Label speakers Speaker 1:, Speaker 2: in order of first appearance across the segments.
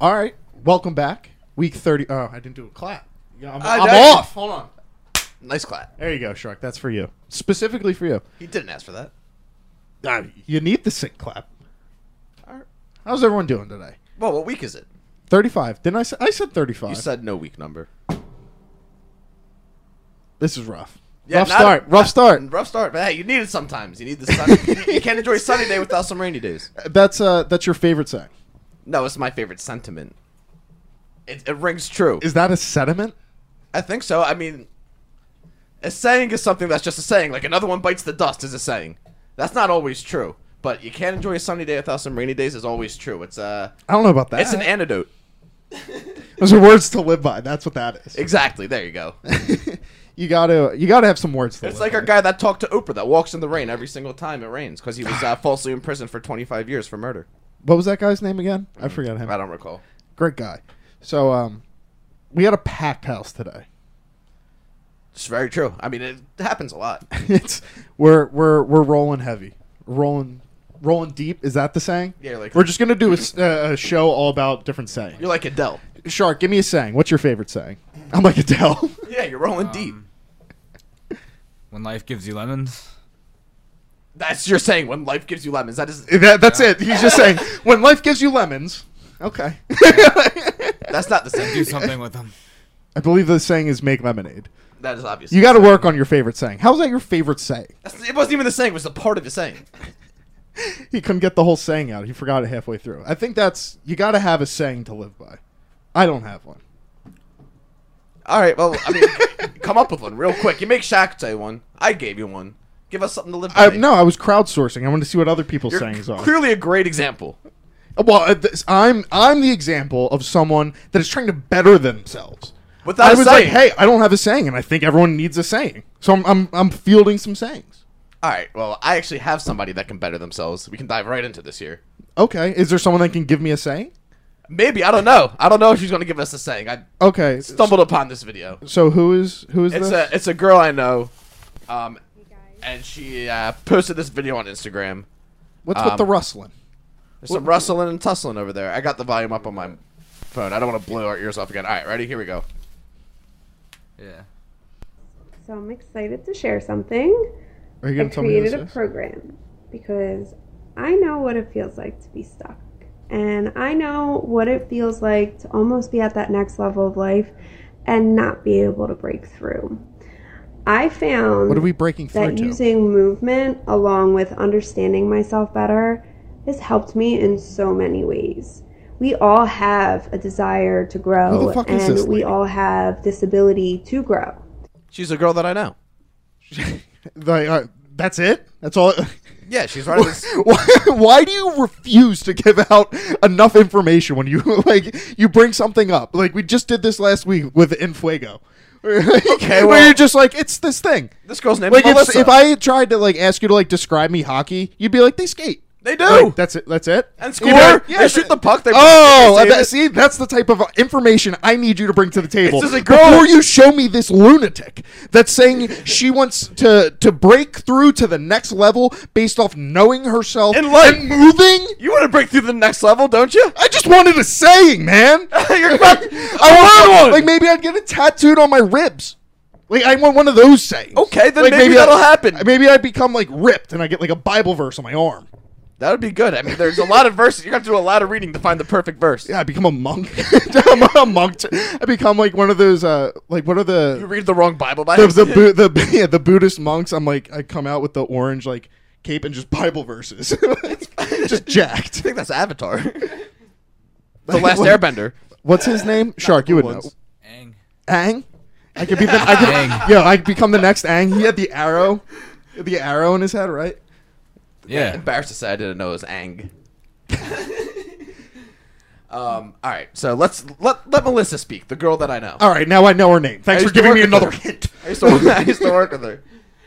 Speaker 1: All right, welcome back. Week thirty. Oh, I didn't do a clap. Yeah, I'm,
Speaker 2: Uh,
Speaker 1: I'm
Speaker 2: that-
Speaker 1: off. Hold on.
Speaker 2: Nice clap.
Speaker 1: There you go, Shark. That's for you, specifically for you.
Speaker 2: He didn't ask for that.
Speaker 1: Uh, you need the sync clap.
Speaker 2: All right.
Speaker 1: How's everyone doing today?
Speaker 2: Well, what week is it?
Speaker 1: Thirty-five. Didn't I say? I said thirty-five.
Speaker 2: You said no week number.
Speaker 1: this is rough.
Speaker 2: Yeah,
Speaker 1: rough
Speaker 2: not-
Speaker 1: start. rough start.
Speaker 2: Rough start, but hey, you need it sometimes. You need the sun. you can't enjoy a sunny day without some rainy days.
Speaker 1: That's uh, that's your favorite saying.
Speaker 2: No, it's my favorite sentiment. It, it rings true.
Speaker 1: Is that a sediment?
Speaker 2: I think so. I mean, a saying is something that's just a saying. Like another one bites the dust is a saying. That's not always true, but you can't enjoy a sunny day without some rainy days is always true. It's uh,
Speaker 1: I don't know about that.
Speaker 2: it's an antidote.
Speaker 1: Those are words to live by. That's what that is.
Speaker 2: Exactly. There you go.
Speaker 1: you gotta you gotta have some words. To
Speaker 2: It's
Speaker 1: live
Speaker 2: like
Speaker 1: by.
Speaker 2: our guy that talked to Oprah that walks in the rain every single time it rains because he was uh, falsely imprisoned for 25 years for murder.
Speaker 1: What was that guy's name again? I forgot him.
Speaker 2: Mm-hmm. I don't recall.
Speaker 1: Great guy. So um, we had a packed house today.
Speaker 2: It's very true. I mean, it happens a lot.
Speaker 1: it's we're we're we're rolling heavy, rolling rolling deep. Is that the saying?
Speaker 2: Yeah, like-
Speaker 1: we're just gonna do a, s- uh, a show all about different sayings.
Speaker 2: You're like Adele.
Speaker 1: Shark, give me a saying. What's your favorite saying? I'm like Adele.
Speaker 2: Yeah, you're rolling
Speaker 1: Um,
Speaker 2: deep.
Speaker 3: Um, When life gives you lemons.
Speaker 2: That's your saying when life gives you lemons. That is
Speaker 1: that, that's it. He's just saying when life gives you lemons. Okay.
Speaker 2: that's not the same.
Speaker 3: Do something with them.
Speaker 1: I believe the saying is make lemonade.
Speaker 2: That is obvious.
Speaker 1: You got to work on your favorite saying. How's that your favorite saying?
Speaker 2: That's, it wasn't even the saying. It was a part of the saying.
Speaker 1: He couldn't get the whole saying out. He forgot it halfway through. I think that's you got to have a saying to live by. I don't have one.
Speaker 2: All right. Well, I mean, come up with one real quick. You make Shaq say one. I gave you one. Give us something to live by.
Speaker 1: I, no, I was crowdsourcing. I wanted to see what other people's
Speaker 2: You're
Speaker 1: sayings are.
Speaker 2: clearly a great example.
Speaker 1: Well, uh, this- I'm I'm the example of someone that is trying to better themselves.
Speaker 2: Without
Speaker 1: I
Speaker 2: a
Speaker 1: was
Speaker 2: saying.
Speaker 1: like, hey, I don't have a saying, and I think everyone needs a saying. So I'm I'm, I'm fielding some sayings.
Speaker 2: All right. Well, I actually have somebody that can better themselves. We can dive right into this here.
Speaker 1: Okay, is there someone that can give me a saying?
Speaker 2: Maybe I don't know. I don't know if she's gonna give us a saying. I
Speaker 1: Okay,
Speaker 2: stumbled upon this video.
Speaker 1: so who is who is
Speaker 2: It's
Speaker 1: this?
Speaker 2: a it's a girl I know, um, and she uh, posted this video on Instagram.
Speaker 1: What's with the
Speaker 2: um,
Speaker 1: rustling?
Speaker 2: There's some rustling and tussling over there. I got the volume up on my phone. I don't want to blow our ears off again. All right, ready? Here we go.
Speaker 3: Yeah.
Speaker 4: So I'm excited to share something.
Speaker 1: Are you
Speaker 4: I
Speaker 1: going to tell me who
Speaker 4: created
Speaker 1: this
Speaker 4: a
Speaker 1: is?
Speaker 4: program because I know what it feels like to be stuck. And I know what it feels like to almost be at that next level of life and not be able to break through. I found
Speaker 1: What are we breaking through
Speaker 4: that
Speaker 1: to?
Speaker 4: using movement along with understanding myself better has helped me in so many ways. We all have a desire to grow,
Speaker 1: Who the fuck
Speaker 4: and
Speaker 1: is this
Speaker 4: we
Speaker 1: lady?
Speaker 4: all have this ability to grow.
Speaker 2: She's a girl that I know.
Speaker 1: Like, uh, that's it. That's all.
Speaker 2: Yeah, she's running this.
Speaker 1: why, why do you refuse to give out enough information when you like you bring something up? Like we just did this last week with Infuego. okay, where
Speaker 2: well-
Speaker 1: you're just like it's this thing.
Speaker 2: This girl's name
Speaker 1: Like
Speaker 2: is
Speaker 1: if,
Speaker 2: Melissa.
Speaker 1: if I tried to like ask you to like describe me hockey, you'd be like they skate.
Speaker 2: they do.
Speaker 1: Like, that's it. That's it.
Speaker 2: and
Speaker 1: You'd
Speaker 2: score.
Speaker 1: be like,
Speaker 2: they
Speaker 1: yeah,
Speaker 2: shoot the
Speaker 1: that-
Speaker 2: puck. They
Speaker 1: Oh,
Speaker 2: they save
Speaker 1: that-
Speaker 2: it.
Speaker 1: see, that's the type of information I need you to bring to the table
Speaker 2: This is a girl-
Speaker 1: before you show me this lunatic that's saying she wants to to break through to the next level based off knowing herself
Speaker 2: In life.
Speaker 1: and moving.
Speaker 2: you want to break through the next level, don't you?
Speaker 1: I just wanted a saying, man.
Speaker 2: You're fuck-
Speaker 1: I
Speaker 2: I
Speaker 1: want
Speaker 2: want
Speaker 1: Like maybe I'd get it tattooed on my ribs. Like I want one of those sayings.
Speaker 2: Okay, then
Speaker 1: Like,
Speaker 2: maybe that'll
Speaker 1: I-
Speaker 2: happen.
Speaker 1: Maybe I become like ripped and I get like a Bible verse on my arm.
Speaker 2: That would be good. I mean, there's a lot of verses. You're gonna have to do a lot of reading to find the perfect verse.
Speaker 1: Yeah, I become a monk. I'm a monk. I become like one of those. Uh, like what are
Speaker 2: You
Speaker 1: the
Speaker 2: read the wrong Bible by
Speaker 1: the the, Bu- the yeah, the Buddhist monks? I'm like I come out with the orange like cape and just Bible verses, just
Speaker 2: I
Speaker 1: jacked.
Speaker 2: think that's Avatar. the Last Airbender.
Speaker 1: What's his name? Shark. You would know.
Speaker 2: ones.
Speaker 3: Ang.
Speaker 1: Ang. I could be the. I could,
Speaker 3: Aang.
Speaker 1: yo, I could become the next Ang. He had the arrow, the arrow in his head, right?
Speaker 3: Yeah.
Speaker 2: Embarrassed to say I didn't know it was Ang. um. All right. So let's let let Melissa speak. The girl that I know.
Speaker 1: All right, now I know her name. Thanks
Speaker 2: I
Speaker 1: for
Speaker 2: used to
Speaker 1: giving
Speaker 2: work
Speaker 1: me
Speaker 2: with
Speaker 1: another
Speaker 2: her.
Speaker 1: hint.
Speaker 2: I used to work. I used to work with her.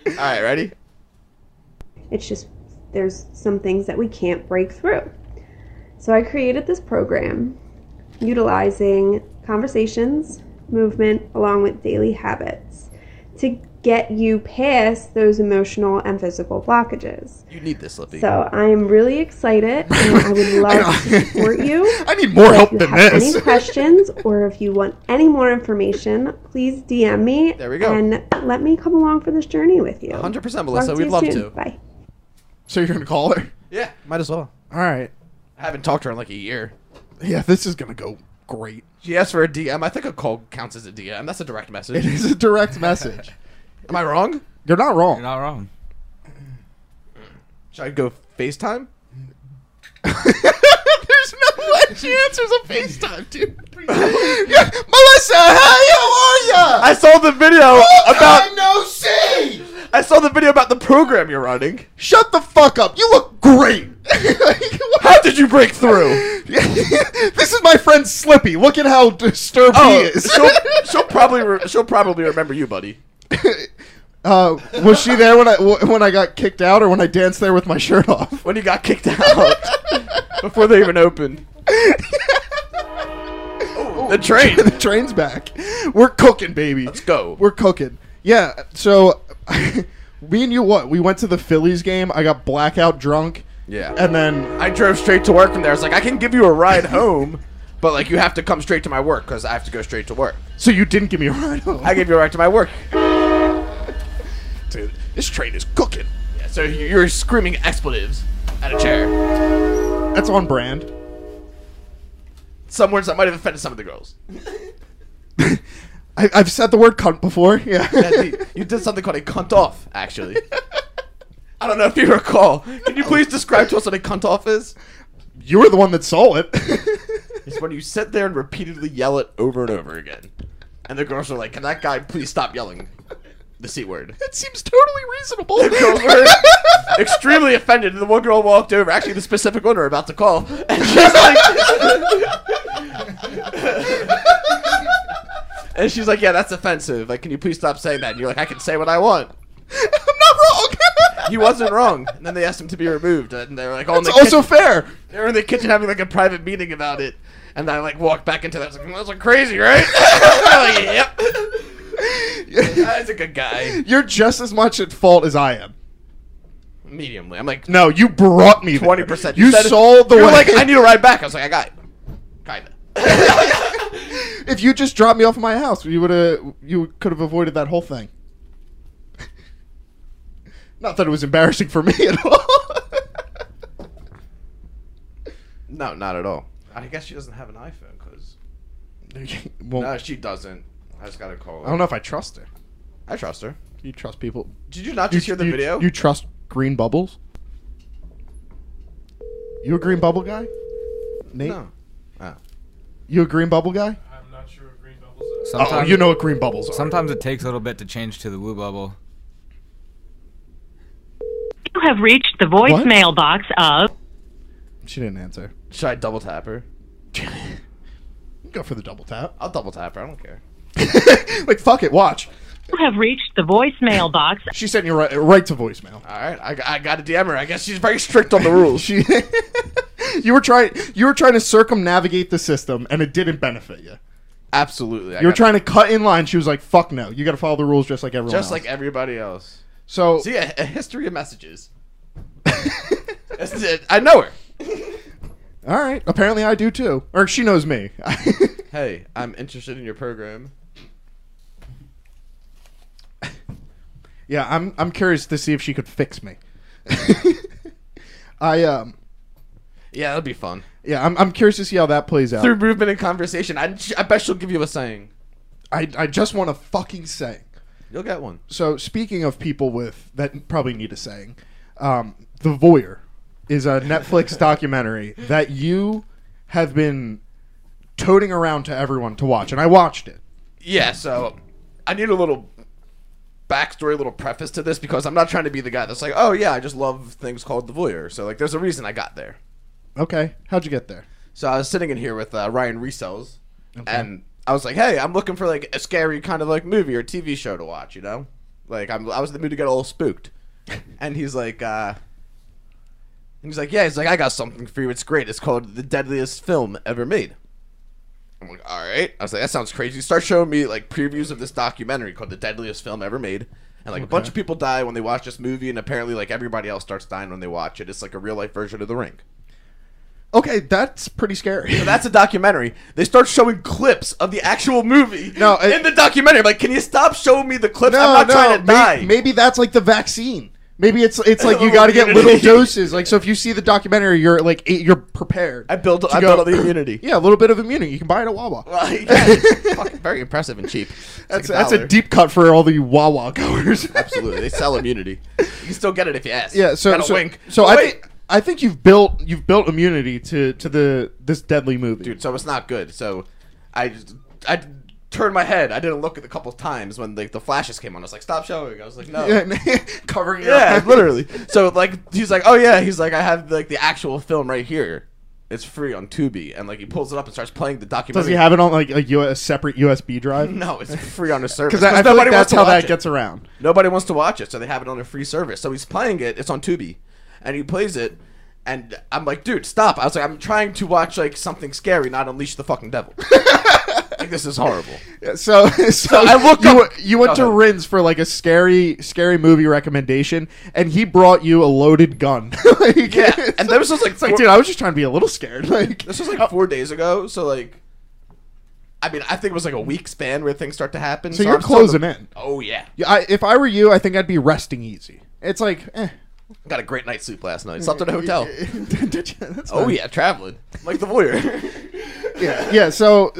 Speaker 2: All right. Ready?
Speaker 4: It's just there's some things that we can't break through. So I created this program utilizing conversations, movement, along with daily habits to get you past those emotional and physical blockages.
Speaker 2: You need this, Lippy.
Speaker 4: So I am really excited and I would love to support you.
Speaker 1: I I need more
Speaker 4: If
Speaker 1: help
Speaker 4: you
Speaker 1: than
Speaker 4: have
Speaker 1: this.
Speaker 4: any questions or if you want any more information, please DM me.
Speaker 2: There we go.
Speaker 4: And let me come along for this journey with you.
Speaker 2: 100%
Speaker 4: Talk
Speaker 2: Melissa.
Speaker 4: to
Speaker 2: We'd
Speaker 4: you
Speaker 2: love
Speaker 4: soon.
Speaker 2: to.
Speaker 4: Bye.
Speaker 1: so you're gonna call her?
Speaker 2: Yeah, might as well.
Speaker 1: All right.
Speaker 2: I haven't talked to her in like a year.
Speaker 1: Yeah, this is gonna go great.
Speaker 2: She asked for a DM. I think a call counts as a DM. That's a direct
Speaker 1: It
Speaker 2: message.
Speaker 1: is a direct message.
Speaker 2: Am I wrong?
Speaker 1: You're not wrong.
Speaker 3: You're not wrong.
Speaker 2: Should I go FaceTime?
Speaker 1: There's no way she answers a FaceTime, dude. Yeah, Melissa, how are ya? Oh,
Speaker 2: I saw the video about
Speaker 1: no see.
Speaker 2: I saw the video about the program you're running.
Speaker 1: Shut the fuck up. You look great. Like, what-
Speaker 2: How did you break through?
Speaker 1: this is my friend Slippy. Look at how disturbed
Speaker 2: Oh,
Speaker 1: he is.
Speaker 2: she'll, she'll probably re- she'll probably remember you, buddy.
Speaker 1: uh, was she there when I wh- when I got kicked out, or when I danced there with my shirt off?
Speaker 2: When you got kicked out before they even opened.
Speaker 1: Oh,
Speaker 2: The train.
Speaker 1: the train's back. We're cooking, baby.
Speaker 2: Let's go.
Speaker 1: We're cooking. Yeah. So, me and you, what? We went to the Phillies game. I got blackout drunk,
Speaker 2: Yeah.
Speaker 1: and then
Speaker 2: I drove straight to work from there. I was like, I can give you a ride home, but like you have to come straight to my work because I have to go straight to work.
Speaker 1: so you didn't give me a ride home.
Speaker 2: I gave you a ride to my work.
Speaker 1: Dude, this train is cooking.
Speaker 2: Yeah, so you- you're screaming expletives at a chair.
Speaker 1: That's on brand.
Speaker 2: Some words that might have offended some of the girls.
Speaker 1: I, I've said the word cunt before. Yeah.
Speaker 2: Yeah, dude, you did something called a cunt off, actually. I don't know if you recall. Can you please describe to us what a cunt off is?
Speaker 1: you were the one that saw it.
Speaker 2: It's when you sit there and repeatedly yell it over and over again. And the girls are like, can that guy please stop yelling the C word?
Speaker 1: That seems totally reasonable.
Speaker 2: The girls were extremely offended. And the one girl walked over, actually, the specific one we're about to call. And she's like, and she's like, yeah, that's offensive. Like, can you please stop saying that? And you're like, I can say what I want.
Speaker 1: I'm not wrong.
Speaker 2: He wasn't wrong. And then they asked him to be removed. And they were like, oh, in
Speaker 1: It's
Speaker 2: the
Speaker 1: also
Speaker 2: kitchen-
Speaker 1: fair.
Speaker 2: they were in the kitchen having like a private meeting about it, and I like walked back into that. I was like, "Well, "That's like crazy, right?" like, yep. That's a good guy.
Speaker 1: You're just as much at fault as I am.
Speaker 2: Mediumly, I'm like
Speaker 1: No, you brought me there.
Speaker 2: twenty percent.
Speaker 1: You, saw the
Speaker 2: you
Speaker 1: way.
Speaker 2: were like, "I need a ride back." I was like, "I got it." Kinda.
Speaker 1: if you just dropped me off at my house, you would have. You could have avoided that whole thing. Not that it was embarrassing for me at all.
Speaker 2: no, not at all. I guess she doesn't have an iPhone because
Speaker 1: well,
Speaker 2: no, she doesn't. I just gotta call her.
Speaker 1: I don't know if I trust her.
Speaker 2: I trust her.
Speaker 1: You trust people?
Speaker 2: Did you not just hear the
Speaker 1: you,
Speaker 2: video?
Speaker 1: You trust green bubbles? You a green bubble guy? Nate,
Speaker 2: no. Oh.
Speaker 1: you a green bubble guy?
Speaker 5: I'm not sure what green bubbles are.
Speaker 1: Oh,
Speaker 3: Sometimes,
Speaker 1: you know what green bubbles are.
Speaker 3: Sometimes it takes a little bit to change to the woo bubble.
Speaker 6: You have reached the voicemail box of.
Speaker 1: she didn't answer.
Speaker 2: Should I double tap her?
Speaker 1: Go for the double tap.
Speaker 2: I'll double tap her. I don't care.
Speaker 1: like fuck it, watch.
Speaker 6: You have reached the voicemail box.
Speaker 1: She sent you right, right to voicemail.
Speaker 2: All right, I, I got to DM her. I guess she's very strict on the rules.
Speaker 1: She, you were trying, you were trying to circumnavigate the system, and it didn't benefit you.
Speaker 2: Absolutely. I
Speaker 1: You were
Speaker 2: got-
Speaker 1: trying to cut in line. She was like, "Fuck no, you got to follow the rules just like everyone
Speaker 2: just
Speaker 1: else."
Speaker 2: like everybody else.
Speaker 1: so,
Speaker 2: See, a, a history of messages. This is it. I know her.
Speaker 1: all right. Apparently, I do too, or she knows me.
Speaker 2: Hey, I'm interested in your program.
Speaker 1: Yeah, I'm I'm curious to see if she could fix me. I um
Speaker 2: Yeah, that'll be fun.
Speaker 1: yeah, I'm I'm curious to see how that plays out.
Speaker 2: Through movement and conversation, I, I bet she'll give you a saying.
Speaker 1: I I just want a fucking saying.
Speaker 2: You'll get one.
Speaker 1: So speaking of people with that probably need a saying, um, The Voyeur is a Netflix documentary that you have been toting around to everyone to watch, and I watched it.
Speaker 2: Yeah, so I need a little backstory, a little preface to this because I'm not trying to be the guy that's like, oh yeah, I just love things called the voyeur. So like, there's a reason I got there.
Speaker 1: Okay, how'd you get there?
Speaker 2: So I was sitting in here with uh, Ryan Resells, and I was like, "Hey, I'm looking for like a scary kind of like movie or TV show to watch," you know, like I'm, I was in the mood to get a little spooked. and he's like, uh, and he's like, "Yeah," he's like, "I got something for you. It's great. It's called the deadliest film ever made." I'm like, "All right." I was like, "That sounds crazy." Start showing me like previews of this documentary called "The Deadliest Film Ever Made." And like a bunch of people die when they watch this movie, and apparently like everybody else starts dying when they watch it. It's like a real life version of The Ring.
Speaker 1: Okay, that's pretty scary.
Speaker 2: So that's a documentary. They start showing clips of the actual movie
Speaker 1: No, it-
Speaker 2: in the documentary. I'm like, can you stop showing me the clips?
Speaker 1: no,
Speaker 2: I'm not
Speaker 1: no.
Speaker 2: trying to
Speaker 1: may-
Speaker 2: die.
Speaker 1: maybe, that's like the vaccine. Maybe it's it's like you got to get
Speaker 2: Immunity.
Speaker 1: little doses. Like so, if you see the documentary, you're like eight, you're prepared.
Speaker 2: I built,
Speaker 1: to
Speaker 2: I
Speaker 1: go-
Speaker 2: built up the immunity.
Speaker 1: Yeah, a little bit of immunity. You can buy it at Wawa.
Speaker 2: Well, yeah, it's fucking very impressive and cheap. It's
Speaker 1: that's
Speaker 2: like
Speaker 1: that's a
Speaker 2: dollar.
Speaker 1: deep cut for all the Wawa goers.
Speaker 2: Absolutely, they sell immunity. You can still get it if you ask.
Speaker 1: Yeah, so
Speaker 2: Gotta
Speaker 1: so,
Speaker 2: wink.
Speaker 1: so
Speaker 2: Oh,
Speaker 1: I
Speaker 2: wait.
Speaker 1: think I think you've built you've built immunity to to the this deadly movie.
Speaker 2: dude. So it's not good. So I just I turned my head. I didn't look at the couple times when like the flashes came on. I was like, stop showing. I was like, no. Yeah.
Speaker 1: Yeah, covering it up.
Speaker 2: literally. So like he's like, oh yeah, he's like, I have like the actual film right here. It's free on Tubi, and like he pulls it up and starts playing the documentary.
Speaker 1: Does he have it on like a, U- a separate USB drive?
Speaker 2: No, it's free on a service.
Speaker 1: because I, I feel like that's how that gets around.
Speaker 2: Nobody wants to watch it, so they have it on a free service. So he's playing it. It's on Tubi, and he plays it. And I'm like, dude, stop! I was like, I'm trying to watch like something scary, not unleash the fucking devil. like, this is horrible.
Speaker 1: So, so,
Speaker 2: I looked
Speaker 1: You,
Speaker 2: up-
Speaker 1: you went
Speaker 2: Go
Speaker 1: to
Speaker 2: ahead.
Speaker 1: Rins for like a scary, scary movie recommendation, and he brought you a loaded gun. like,
Speaker 2: Yeah, and this was like
Speaker 1: it's like,
Speaker 2: four-
Speaker 1: dude, I was just trying to be a little scared. Like,
Speaker 2: This was like four days ago, so like, I mean, I think it was like a week span where things start to happen.
Speaker 1: so you're
Speaker 2: I'm still in the-
Speaker 1: closing in.
Speaker 2: Oh yeah,
Speaker 1: Yeah, I, if I were you, I think I'd be resting easy. It's like, eh.
Speaker 2: got a great night's sleep last night. Slept in a hotel.
Speaker 1: Did you? That's
Speaker 2: Oh
Speaker 1: nice.
Speaker 2: yeah, traveling like the voyeur.
Speaker 1: yeah, yeah. So,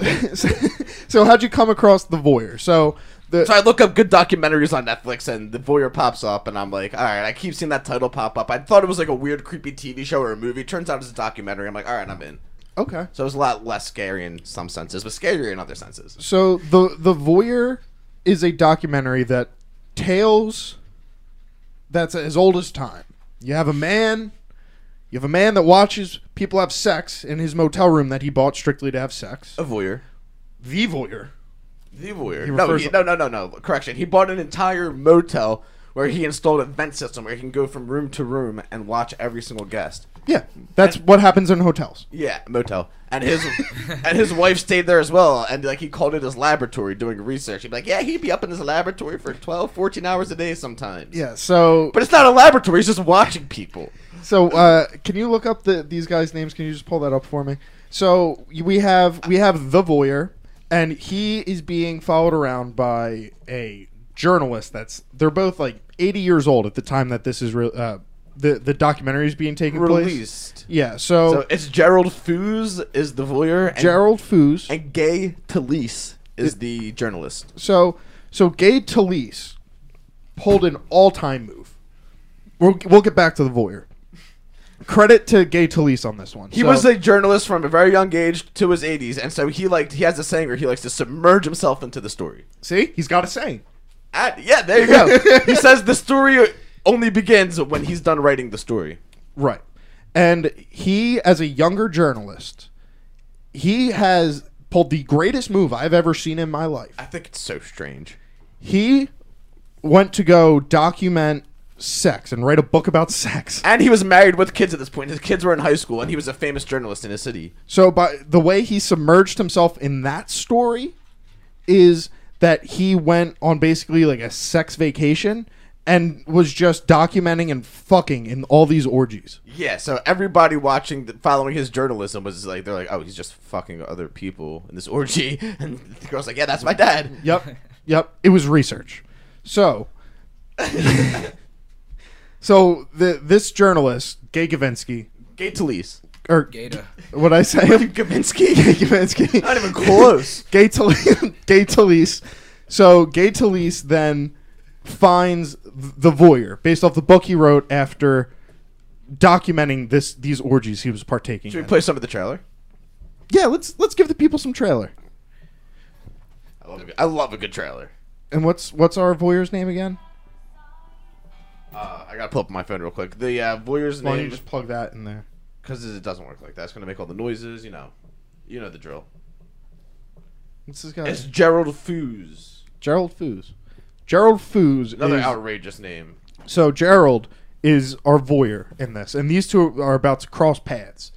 Speaker 1: so how'd you come across the voyeur? So the
Speaker 2: So I look up good documentaries on Netflix, and the voyeur pops up, and I'm like, all right. I keep seeing that title pop up. I thought it was like a weird, creepy TV show or a movie. Turns out it's a documentary. I'm like, all right, I'm in.
Speaker 1: okay.
Speaker 2: So it was a lot less scary in some senses, but scarier in other senses.
Speaker 1: So the the voyeur is a documentary that tales that's as old as time. You have a man, you have a man that watches people have sex in his motel room that he bought strictly to have sex.
Speaker 2: A voyeur.
Speaker 1: The voyeur.
Speaker 2: The voyeur.
Speaker 1: He
Speaker 2: No,
Speaker 1: refers-
Speaker 2: he, no, no, no, no. Correction. He bought an entire motel where he installed a vent system where he can go from room to room and watch every single guest.
Speaker 1: Yeah, that's what happens in hotels.
Speaker 2: Yeah, motel. And his and his wife stayed there as well. And like he called it his laboratory doing research. He'd be like, yeah, he'd be up in his laboratory for 12, 14 hours a day sometimes.
Speaker 1: Yeah. So
Speaker 2: But it's not a laboratory. It's just watching people.
Speaker 1: so uh, can you look up the these guys' names? Can you just pull that up for me? So we have we have the voyeur, and he is being followed around by a journalist. That's they're both like eighty years old at the time that this is re- uh, the the documentary is being taken place.
Speaker 2: Released.
Speaker 1: Yeah. So,
Speaker 2: So it's Gerald Foos is the voyeur. And,
Speaker 1: Gerald Foos.
Speaker 2: and Gay Talese is the journalist.
Speaker 1: So so Gay Talese pulled an all time move. We'll we'll get back to the voyeur. Credit to Gay Talese on this one.
Speaker 2: He was a journalist from a very young age to his 80s, and so he liked he has a saying where he likes to submerge himself into the story.
Speaker 1: see he's got a saying.
Speaker 2: And- yeah, there you go. he says the story only begins when he's done writing the story.
Speaker 1: Right. And he, as a younger journalist, he has pulled the greatest move I've ever seen in my life.
Speaker 2: I think it's so strange.
Speaker 1: He went to go document sex and write a book about sex.
Speaker 2: And he was married with kids at this point. His kids were in high school, and he was a famous journalist in his city.
Speaker 1: So, by the way he submerged himself in that story is that he went on basically like a sex vacation and was just documenting and fucking in all these orgies.
Speaker 2: Yeah, so everybody watching, the, following his journalism was like, they're like, oh, he's just fucking other people in this orgy. And the girl's like, yeah, that's my dad.
Speaker 1: Yep. Yep. It was research. So, so the, this journalist, Gay Gavinsky,
Speaker 2: Gay Talese.
Speaker 1: or
Speaker 3: Gata.
Speaker 1: what I say, Gay
Speaker 2: Gavinsky.
Speaker 1: Gavinsky,
Speaker 2: Not even close.
Speaker 1: Gay Talese, Gay Talese. So Gay Talese then finds the voyeur based off the book he wrote after documenting this these orgies he was partaking.
Speaker 2: Should we
Speaker 1: in.
Speaker 2: play some of the trailer?
Speaker 1: Yeah, let's let's give the people some trailer.
Speaker 2: I love a good, I love a good trailer.
Speaker 1: And what's what's our voyeur's name again?
Speaker 2: Uh, I gotta pull up my phone real quick. The uh, voyeur's
Speaker 1: Why don't
Speaker 2: name,
Speaker 1: you just plug that in there?
Speaker 2: because it doesn't work like that. It's gonna make all the noises. You know, you know the drill.
Speaker 1: What's this guy?
Speaker 2: It's Gerald Foos.
Speaker 1: Gerald Foos. Gerald Foos.
Speaker 2: Another
Speaker 1: is,
Speaker 2: outrageous name.
Speaker 1: So Gerald is our voyeur in this, and these two are about to cross paths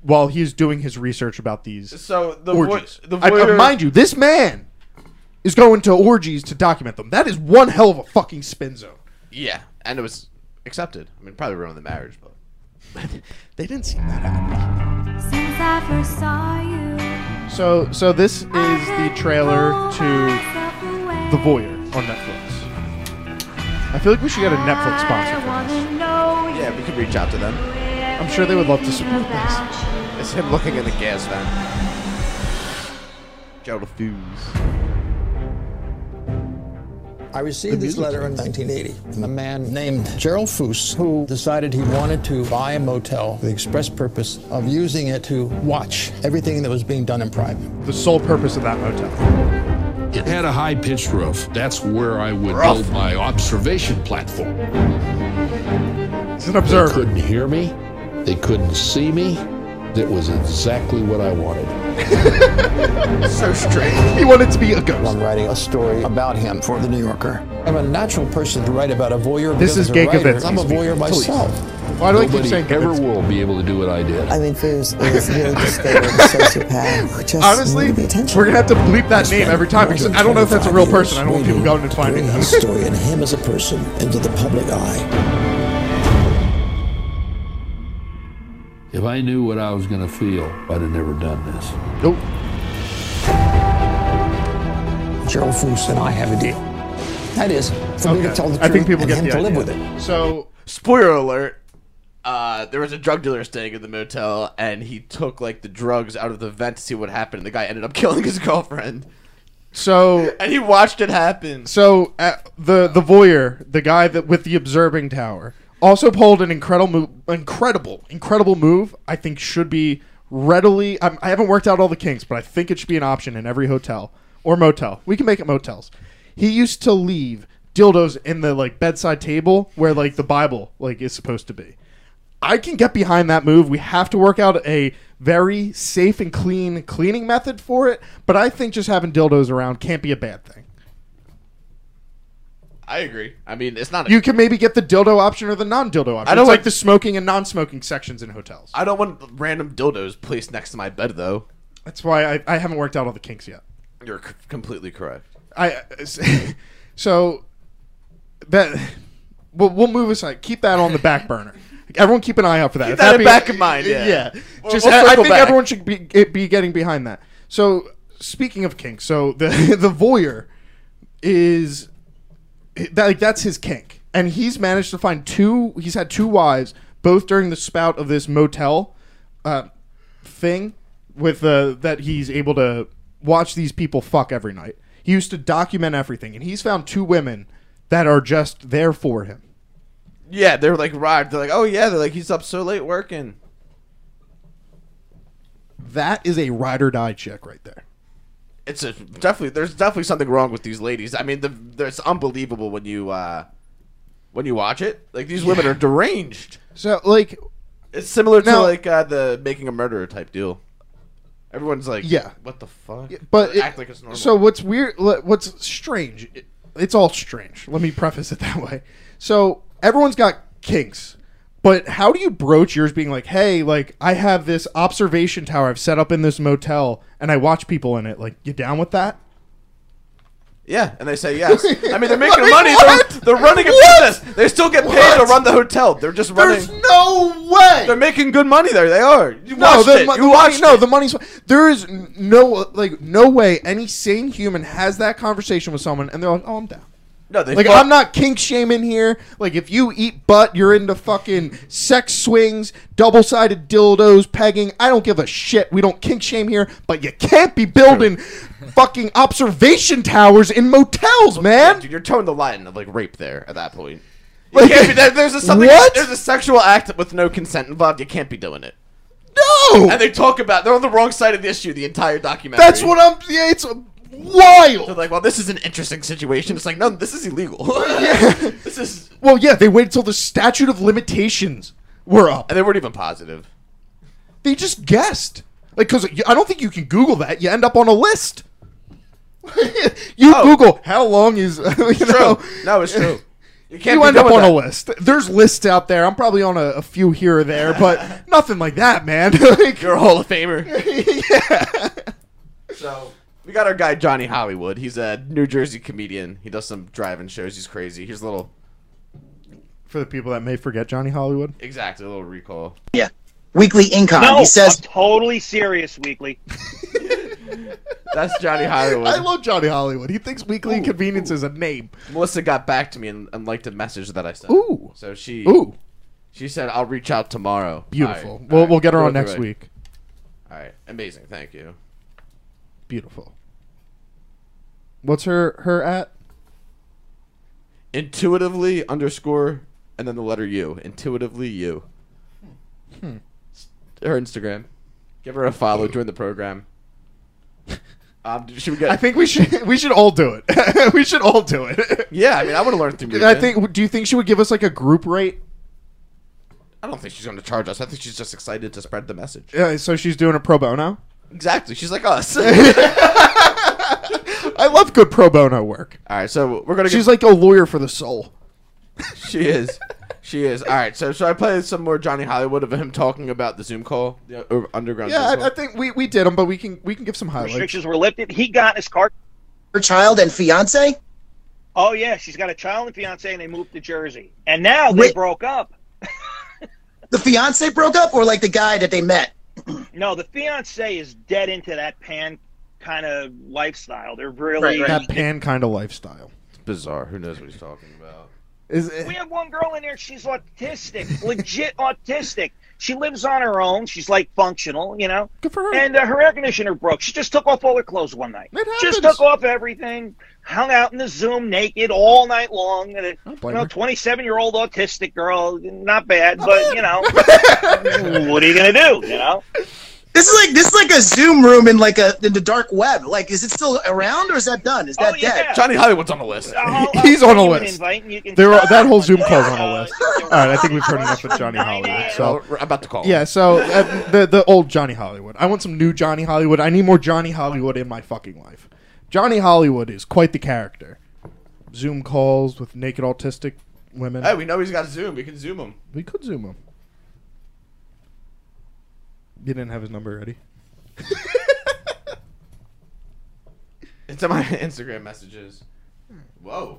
Speaker 1: while he's doing his research about these
Speaker 2: So the vo-
Speaker 1: orgies.
Speaker 2: the
Speaker 1: I- I-
Speaker 2: voyeur,
Speaker 1: mind you, this man is going to orgies to document them. That is one hell of a fucking spin zone.
Speaker 2: yeah, and it was accepted. I mean, probably ruined the marriage, but they didn't seem that happy.
Speaker 7: Since I first saw you,
Speaker 1: So, so this is the trailer to The
Speaker 7: to
Speaker 1: Voyeur on Netflix. I feel like we should get a Netflix sponsor for this.
Speaker 2: Yeah, we could reach out to them.
Speaker 1: I'm sure they would love to support this.
Speaker 2: It's him looking in the gas van. Gerald Fuse.
Speaker 8: I received this letter in 1980 from a man named Gerald Foose who decided he wanted to buy a motel for the express purpose of using it to watch everything that was being done in private.
Speaker 1: The sole purpose of that motel.
Speaker 9: It had a high pitched roof. That's where I would
Speaker 2: Rough.
Speaker 9: build my observation platform.
Speaker 1: It's an
Speaker 9: They
Speaker 1: observer.
Speaker 9: couldn't hear me, they couldn't see me. That was exactly what I wanted.
Speaker 2: So strange.
Speaker 1: He wanted to be a ghost.
Speaker 8: I'm writing a story about him for The New Yorker. I'm a natural person to write about a voyeur.
Speaker 1: This is
Speaker 8: because as a
Speaker 1: Gay
Speaker 8: writer,
Speaker 1: Kavinsky
Speaker 8: I'm a
Speaker 1: speaking.
Speaker 8: voyeur
Speaker 1: Please.
Speaker 8: myself.
Speaker 1: Why do I keep
Speaker 9: Nobody
Speaker 1: saying
Speaker 9: ever
Speaker 1: Kavinsky?
Speaker 9: will be able to do what I did.
Speaker 10: I mean, Foos is really just a sociopath who just
Speaker 1: Honestly,
Speaker 10: needed the attention.
Speaker 1: we're gonna have to bleep that name
Speaker 8: spent
Speaker 1: every time
Speaker 8: more
Speaker 1: because
Speaker 8: than
Speaker 1: I don't know if that's a real
Speaker 8: 25
Speaker 1: person. I don't want
Speaker 8: years
Speaker 1: people going and finding
Speaker 8: bringing
Speaker 1: out.
Speaker 8: his story and him as a person into the public eye.
Speaker 9: If I knew what I was going to feel, I'd have never done this.
Speaker 1: Nope.
Speaker 8: Gerald Foose and I have a deal. That is, for me
Speaker 1: Okay.
Speaker 8: to tell the
Speaker 1: I
Speaker 8: truth
Speaker 1: think people
Speaker 8: and
Speaker 1: get
Speaker 8: him
Speaker 1: the
Speaker 8: to
Speaker 1: idea.
Speaker 8: live with it.
Speaker 1: So
Speaker 2: Spoiler alert. Uh, there was a drug dealer staying in the motel, and he took like the drugs out of the vent to see what happened. And the guy ended up killing his girlfriend,
Speaker 1: so
Speaker 2: and he watched it happen.
Speaker 1: so uh, the the voyeur, the guy that with the observing tower, also pulled an incredible, mo- incredible, incredible move. I think should be readily. I'm, I haven't worked out all the kinks, but I think it should be an option in every hotel or motel. We can make it motels. He used to leave dildos in the like bedside table where like the Bible like is supposed to be. I can get behind that move. We have to work out a very safe and clean cleaning method for it, but I think just having dildos around can't be a bad thing.
Speaker 2: I agree. I mean, it's not.
Speaker 1: You can maybe get the dildo option or the non-dildo option.
Speaker 2: I don't
Speaker 1: it's like
Speaker 2: like-
Speaker 1: the smoking and non-smoking sections in hotels.
Speaker 2: I don't want random dildos placed next to my bed, though.
Speaker 1: That's why I, I haven't worked out all the kinks yet.
Speaker 2: You're c- completely correct.
Speaker 1: I uh, so that we'll, we'll move aside. Keep that on the back burner. Everyone, keep an eye out for that. If
Speaker 2: that in
Speaker 1: be-
Speaker 2: back of mind, yeah. We'll-
Speaker 1: Just
Speaker 2: we'll
Speaker 1: I- I
Speaker 2: circle
Speaker 1: think
Speaker 2: back.
Speaker 1: everyone should be it- be getting behind that. So speaking of kinks, so the the voyeur is eh, that like that's his kink, and he's managed to find two. He's had two wives, both during the spout of this motel uh, thing with uh, that he's able to watch these people fuck every night. He used to document everything, and he's found two women that are just there for him.
Speaker 2: Yeah, they're like robbed. They're like, oh yeah, they're like he's up so late working.
Speaker 1: That is a ride or die chick right there.
Speaker 2: It's a, definitely there's definitely something wrong with these ladies. I mean, the, it's unbelievable when you uh, when you watch it. Like these women are deranged.
Speaker 1: So like,
Speaker 2: It's similar to
Speaker 1: Now-
Speaker 2: like uh, the making a murderer type deal. Everyone's like,
Speaker 1: Yeah.
Speaker 2: what the fuck?
Speaker 1: but it-
Speaker 2: act like it's normal.
Speaker 1: So what's weird? li- What's strange? it- It's all strange. Let me preface it that way. So everyone's got kinks, but how do you broach yours being like, hey, like I have this observation tower I've set up in this motel, and I watch people in it. Like, you down with that?
Speaker 2: yeah, and they say yes. I mean, they're making
Speaker 1: Like,
Speaker 2: money.
Speaker 1: what?
Speaker 2: They're, they're running a business. They still get paid to
Speaker 1: What?
Speaker 2: run the hotel. They're just running.
Speaker 1: There's no way.
Speaker 2: They're making good money there. They are. You
Speaker 1: no,
Speaker 2: watched
Speaker 1: the,
Speaker 2: it.
Speaker 1: mo-
Speaker 2: you
Speaker 1: the money,
Speaker 2: watched
Speaker 1: no,
Speaker 2: it.
Speaker 1: the money's. There is n- no like no way any sane human has that conversation with someone, and they're like, oh, I'm down.
Speaker 2: no, they
Speaker 1: Like
Speaker 2: fuck-
Speaker 1: I'm not kink shaming here. Like if you eat butt, you're into fucking sex swings, double sided dildos, pegging. I don't give a shit. We don't kink shame here, but you can't be building fucking observation towers in motels,
Speaker 2: Yeah,
Speaker 1: man.
Speaker 2: dude, you're towing the line of like rape there at that point. You
Speaker 1: Like-
Speaker 2: can't be, there, there's a something.
Speaker 1: What?
Speaker 2: There's a sexual act with no consent involved. You can't be doing it. And
Speaker 1: No,
Speaker 2: they talk about they're on the wrong side of the issue the entire documentary.
Speaker 1: that's what I'm. Yeah, it's
Speaker 2: They're
Speaker 1: wild.
Speaker 2: like, well, this is an interesting situation. It's like, no, this is illegal. this is,
Speaker 1: Well, yeah, they waited till the statute of limitations were up.
Speaker 2: and they weren't even positive.
Speaker 1: They just guessed. Like, because I don't think you can Google that. You end up on a list. you
Speaker 2: Oh.
Speaker 1: Google how long is you know.
Speaker 2: No, it's true. You can't.
Speaker 1: you
Speaker 2: be
Speaker 1: end up
Speaker 2: doing
Speaker 1: on a
Speaker 2: that.
Speaker 1: list. There's lists out there. I'm probably on a, a few here or there, but nothing like that, man. Like,
Speaker 2: You're a Hall of Famer.
Speaker 1: yeah.
Speaker 2: so we got our guy Johnny Hollywood. He's a New Jersey comedian. He does some driving shows. He's crazy. Here's a little
Speaker 1: for the people that may forget Johnny Hollywood.
Speaker 2: Exactly, a little recall.
Speaker 11: Yeah. Weekly income.
Speaker 12: No,
Speaker 11: he says
Speaker 12: I'm totally serious. Weekly.
Speaker 2: That's Johnny Hollywood.
Speaker 1: I love Johnny Hollywood. He thinks Weekly Inconvenience is a name.
Speaker 2: Melissa got back to me and, and liked a message that I sent.
Speaker 1: Ooh.
Speaker 2: So she.
Speaker 1: Ooh.
Speaker 2: She said, "I'll reach out tomorrow."
Speaker 1: Beautiful.
Speaker 2: All right,
Speaker 1: We'll
Speaker 2: all right.
Speaker 1: we'll get her
Speaker 2: We'll
Speaker 1: on
Speaker 2: do
Speaker 1: next
Speaker 2: it.
Speaker 1: week.
Speaker 2: All right. Amazing. Thank you.
Speaker 1: Beautiful. What's her her at?
Speaker 2: Intuitively underscore and then the letter U. Intuitively U.
Speaker 1: Hmm.
Speaker 2: Her Instagram. Give her a follow. Join the program. Um, should we get?
Speaker 1: I think we should we should all do it. we should all do it.
Speaker 2: Yeah, I mean, I want to learn through.
Speaker 1: I
Speaker 2: Mugen.
Speaker 1: think. Do you think she would give us like a group rate?
Speaker 2: I don't think she's going to charge us. I think she's just excited to spread the message.
Speaker 1: Uh, so she's doing a pro bono.
Speaker 2: Exactly. She's like us. All
Speaker 1: I love good pro bono work.
Speaker 2: right, so we're gonna.
Speaker 1: She's
Speaker 2: get-
Speaker 1: like a lawyer for the soul.
Speaker 2: she is, she is. All right, so should I play some more Johnny Hollywood of him talking about the Zoom call, the uh, underground?
Speaker 1: Yeah,
Speaker 2: Zoom
Speaker 1: I, I
Speaker 2: call?
Speaker 1: think we, we did them, but we can we can give some highlights.
Speaker 12: Restrictions were lifted. He got his car.
Speaker 11: her child and fiance.
Speaker 12: Oh yeah, she's got a child and fiance, and they moved to Jersey. And now they
Speaker 11: Wait.
Speaker 12: broke up.
Speaker 11: The fiance broke up, or like the guy that they met.
Speaker 12: No, the fiance is dead into that pan kind of lifestyle. They're really.
Speaker 1: That pan kind of lifestyle.
Speaker 2: It's bizarre. Who knows what he's talking about?
Speaker 1: Is
Speaker 12: We have one girl in there. She's autistic, legit autistic. She lives on her own. She's like functional, you know.
Speaker 1: Good for her.
Speaker 12: And uh, her air conditioner broke. She just took off all her clothes one night. Just
Speaker 1: happens.
Speaker 12: took off everything, hung out in the Zoom naked all night long. And it, you
Speaker 1: blame
Speaker 12: know,
Speaker 1: her.
Speaker 12: twenty-seven-year-old autistic girl, not
Speaker 1: Oh,
Speaker 12: bad, but you know, what are you gonna do? You know.
Speaker 11: This is like this is like a Zoom room in like a in the dark web. Like, is it still around, or is that done? Is that dead?
Speaker 2: Johnny Hollywood's on the list.
Speaker 12: Oh, I'll- I'll
Speaker 1: He's on
Speaker 12: send
Speaker 1: a
Speaker 12: you an
Speaker 1: list.
Speaker 12: invite and you can-
Speaker 1: There are, that whole Zoom call's on a list. All right, I think we've heard enough of Johnny Hollywood.
Speaker 2: So
Speaker 1: So
Speaker 2: we're about to call. him.
Speaker 1: yeah, so uh, the the old Johnny Hollywood. I want some new Johnny Hollywood. I need more Johnny Hollywood in my fucking life. Johnny Hollywood is quite the character. Zoom calls with naked autistic women.
Speaker 2: Hey, we know he's got Zoom. We can Zoom him.
Speaker 1: We could zoom him. You didn't have his number ready.
Speaker 2: It's in my Instagram messages. Whoa.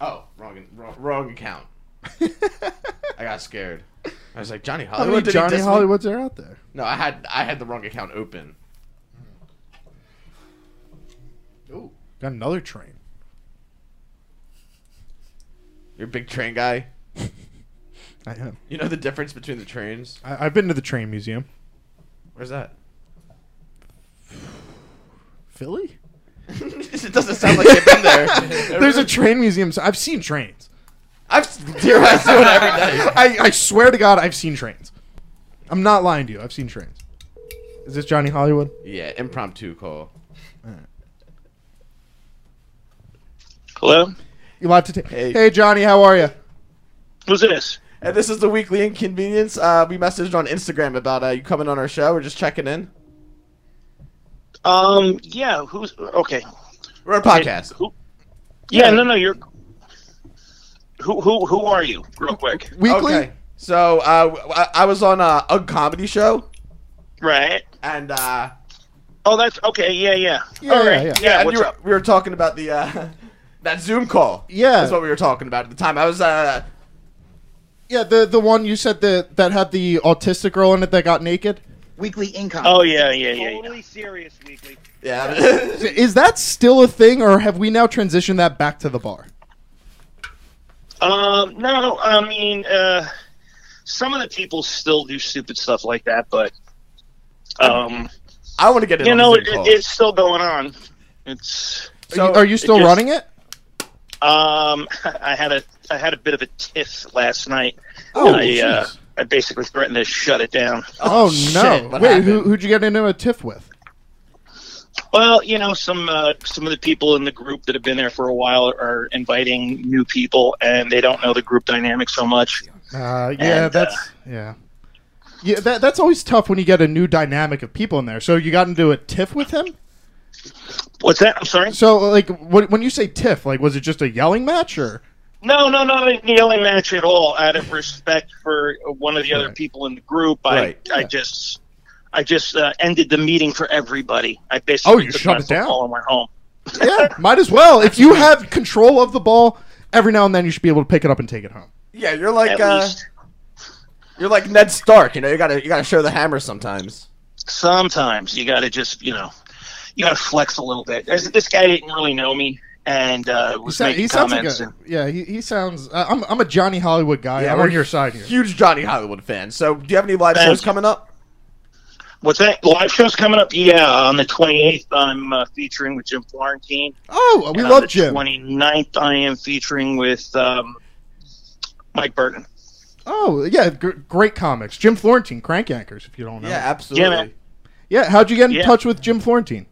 Speaker 2: Oh, wrong, wrong, wrong account. I got scared. I was like Johnny
Speaker 1: How
Speaker 2: Hollywood.
Speaker 1: many
Speaker 2: did he
Speaker 1: Johnny
Speaker 2: diss me?
Speaker 1: Hollywoods are out there?
Speaker 2: No, I had I had the wrong account open.
Speaker 1: Oh, got another train.
Speaker 2: You're a big train guy.
Speaker 1: I am.
Speaker 2: You know the difference between the trains.
Speaker 1: I, I've been to the train museum.
Speaker 2: Where's that?
Speaker 1: Philly?
Speaker 2: it doesn't sound like you've been there.
Speaker 1: There's a train museum. So I've seen trains.
Speaker 2: I've theorized to it every day.
Speaker 1: I, I swear to God, I've seen trains. I'm not lying to you. I've seen trains. Is this Johnny Hollywood?
Speaker 2: Yeah, impromptu call.
Speaker 12: Hello,
Speaker 1: You live to take. Hey.
Speaker 2: Hey.
Speaker 1: Johnny, how are you?
Speaker 12: who's this?
Speaker 2: And this is the weekly inconvenience. Uh, we messaged on Instagram about uh, you coming on our show. We're just checking in.
Speaker 12: Um, yeah, who's okay?
Speaker 2: We're on a podcast.
Speaker 12: Who, yeah, no, no, you're. Who, who, who are you? Real quick,
Speaker 1: Weekly?
Speaker 2: Okay. So uh, w- I, I was on a, a comedy show,
Speaker 12: right?
Speaker 2: and uh,
Speaker 12: Oh, that's okay. Yeah, yeah.
Speaker 1: Yeah,
Speaker 12: All
Speaker 1: yeah,
Speaker 12: right.
Speaker 1: yeah.
Speaker 2: yeah, and
Speaker 12: what's
Speaker 2: you were,
Speaker 12: up?
Speaker 2: we were talking about the uh, that Zoom call.
Speaker 1: Yeah.
Speaker 2: that's what we were talking about at the time. I was uh,
Speaker 1: Yeah, the the one you said that that had the autistic girl in it that got naked.
Speaker 11: Weekly income.
Speaker 12: Oh, yeah, yeah, yeah. yeah.
Speaker 10: Totally serious weekly.
Speaker 2: yeah,
Speaker 1: Is that still a thing, or have we now transitioned that back to the bar?
Speaker 12: Um, no, I mean, uh, some of the people still do stupid stuff like that, but um,
Speaker 2: I want to get in.
Speaker 12: you
Speaker 2: on
Speaker 12: know,
Speaker 2: the
Speaker 12: it,
Speaker 2: Zoom call.
Speaker 12: it's still going on. It's
Speaker 1: are,
Speaker 2: So-
Speaker 1: you, are you still
Speaker 12: it just-
Speaker 1: running it?
Speaker 12: um, I had a I had a bit of a tiff last night.
Speaker 1: Oh,
Speaker 12: I, uh,
Speaker 1: jeez.
Speaker 12: I basically threatened to shut it down.
Speaker 1: Oh,
Speaker 2: shit,
Speaker 1: no!
Speaker 2: what
Speaker 1: Wait, who,
Speaker 2: happened?
Speaker 1: who'd you get into a tiff with?
Speaker 12: Well, you know, some uh, some of the people in the group that have been there for a while are inviting new people, and they don't know the group dynamic so much.
Speaker 1: Uh, yeah,
Speaker 12: And,
Speaker 1: that's yeah, yeah. That, that's always tough when you get a new dynamic of people in there. So you got into a tiff with him.
Speaker 12: What's that? I'm sorry.
Speaker 1: So like, what, when you say tiff, like, was it just a yelling match or?
Speaker 12: No, no, not a yelling match at all. Out of respect for one of the other
Speaker 1: Right.
Speaker 12: people in the group,
Speaker 2: Right.
Speaker 12: I, I
Speaker 1: Yeah.
Speaker 12: just, I just uh, ended the meeting for everybody. I basically
Speaker 1: Oh, you
Speaker 12: took
Speaker 1: shut
Speaker 12: my
Speaker 1: it down.
Speaker 12: football and went home.
Speaker 1: Yeah, might as well. If you have control of the ball, every now and then you should be able to pick it up and take it home.
Speaker 2: Yeah, you're like
Speaker 12: At
Speaker 2: uh,
Speaker 12: least.
Speaker 2: you're like Ned Stark. You know, you gotta you gotta show the hammer sometimes.
Speaker 12: Sometimes you gotta just you know you gotta flex a little bit. This, this guy didn't really know me and uh,
Speaker 1: He,
Speaker 12: was
Speaker 1: sound-
Speaker 12: making
Speaker 1: he sounds like
Speaker 12: comments.
Speaker 1: a yeah. He, he sounds. Uh, I'm I'm a Johnny Hollywood guy.
Speaker 2: Yeah,
Speaker 1: I'm
Speaker 2: we're
Speaker 1: on your side here.
Speaker 2: Huge Johnny Hollywood fan. So, do you have any live
Speaker 12: Thanks.
Speaker 2: shows coming up?
Speaker 12: and- What's that? Live show's coming up. Yeah, on the 28th, I'm uh, featuring with Jim Florentine.
Speaker 1: Oh, we
Speaker 12: And on
Speaker 1: love
Speaker 12: the
Speaker 1: Jim.
Speaker 12: 29th, I am featuring with um, Mike Burton.
Speaker 1: Oh yeah, gr- great comics. Jim Florentine, Crank Anchors. If you don't know.
Speaker 2: Yeah,
Speaker 12: Yeah, man.
Speaker 2: absolutely.
Speaker 1: Yeah, how'd you get in
Speaker 12: Yeah.
Speaker 1: touch with Jim Florentine?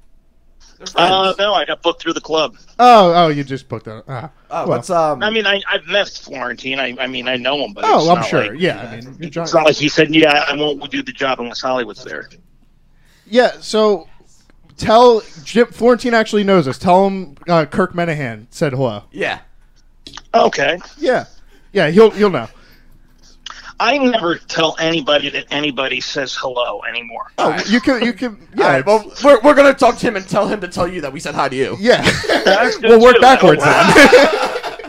Speaker 12: Uh, no, I got booked through the club.
Speaker 1: Oh, oh, you just booked that. Ah,
Speaker 12: Oh,
Speaker 1: well.
Speaker 2: um?
Speaker 12: I mean, I, I've met Florentine. I, I mean, I know him, but it's
Speaker 1: Oh, I'm
Speaker 12: not
Speaker 1: sure.
Speaker 12: like-
Speaker 1: yeah, I mean, you're John-
Speaker 12: It's not like he said, "Yeah, I won't do the job unless Hollywood's there."
Speaker 1: yeah. So, tell Jim Florentine actually knows us. Tell him uh, Kirk Menahan said hello.
Speaker 2: Yeah.
Speaker 12: Okay.
Speaker 1: Yeah, yeah, he'll he'll know.
Speaker 12: I never tell anybody that anybody says hello anymore.
Speaker 1: Oh, you can you can. Yeah,
Speaker 2: All right, well, we're, we're gonna talk to him and tell him to tell you that we said hi to you.
Speaker 1: Yeah.
Speaker 12: That's good
Speaker 1: we'll work
Speaker 12: too.
Speaker 1: backwards then.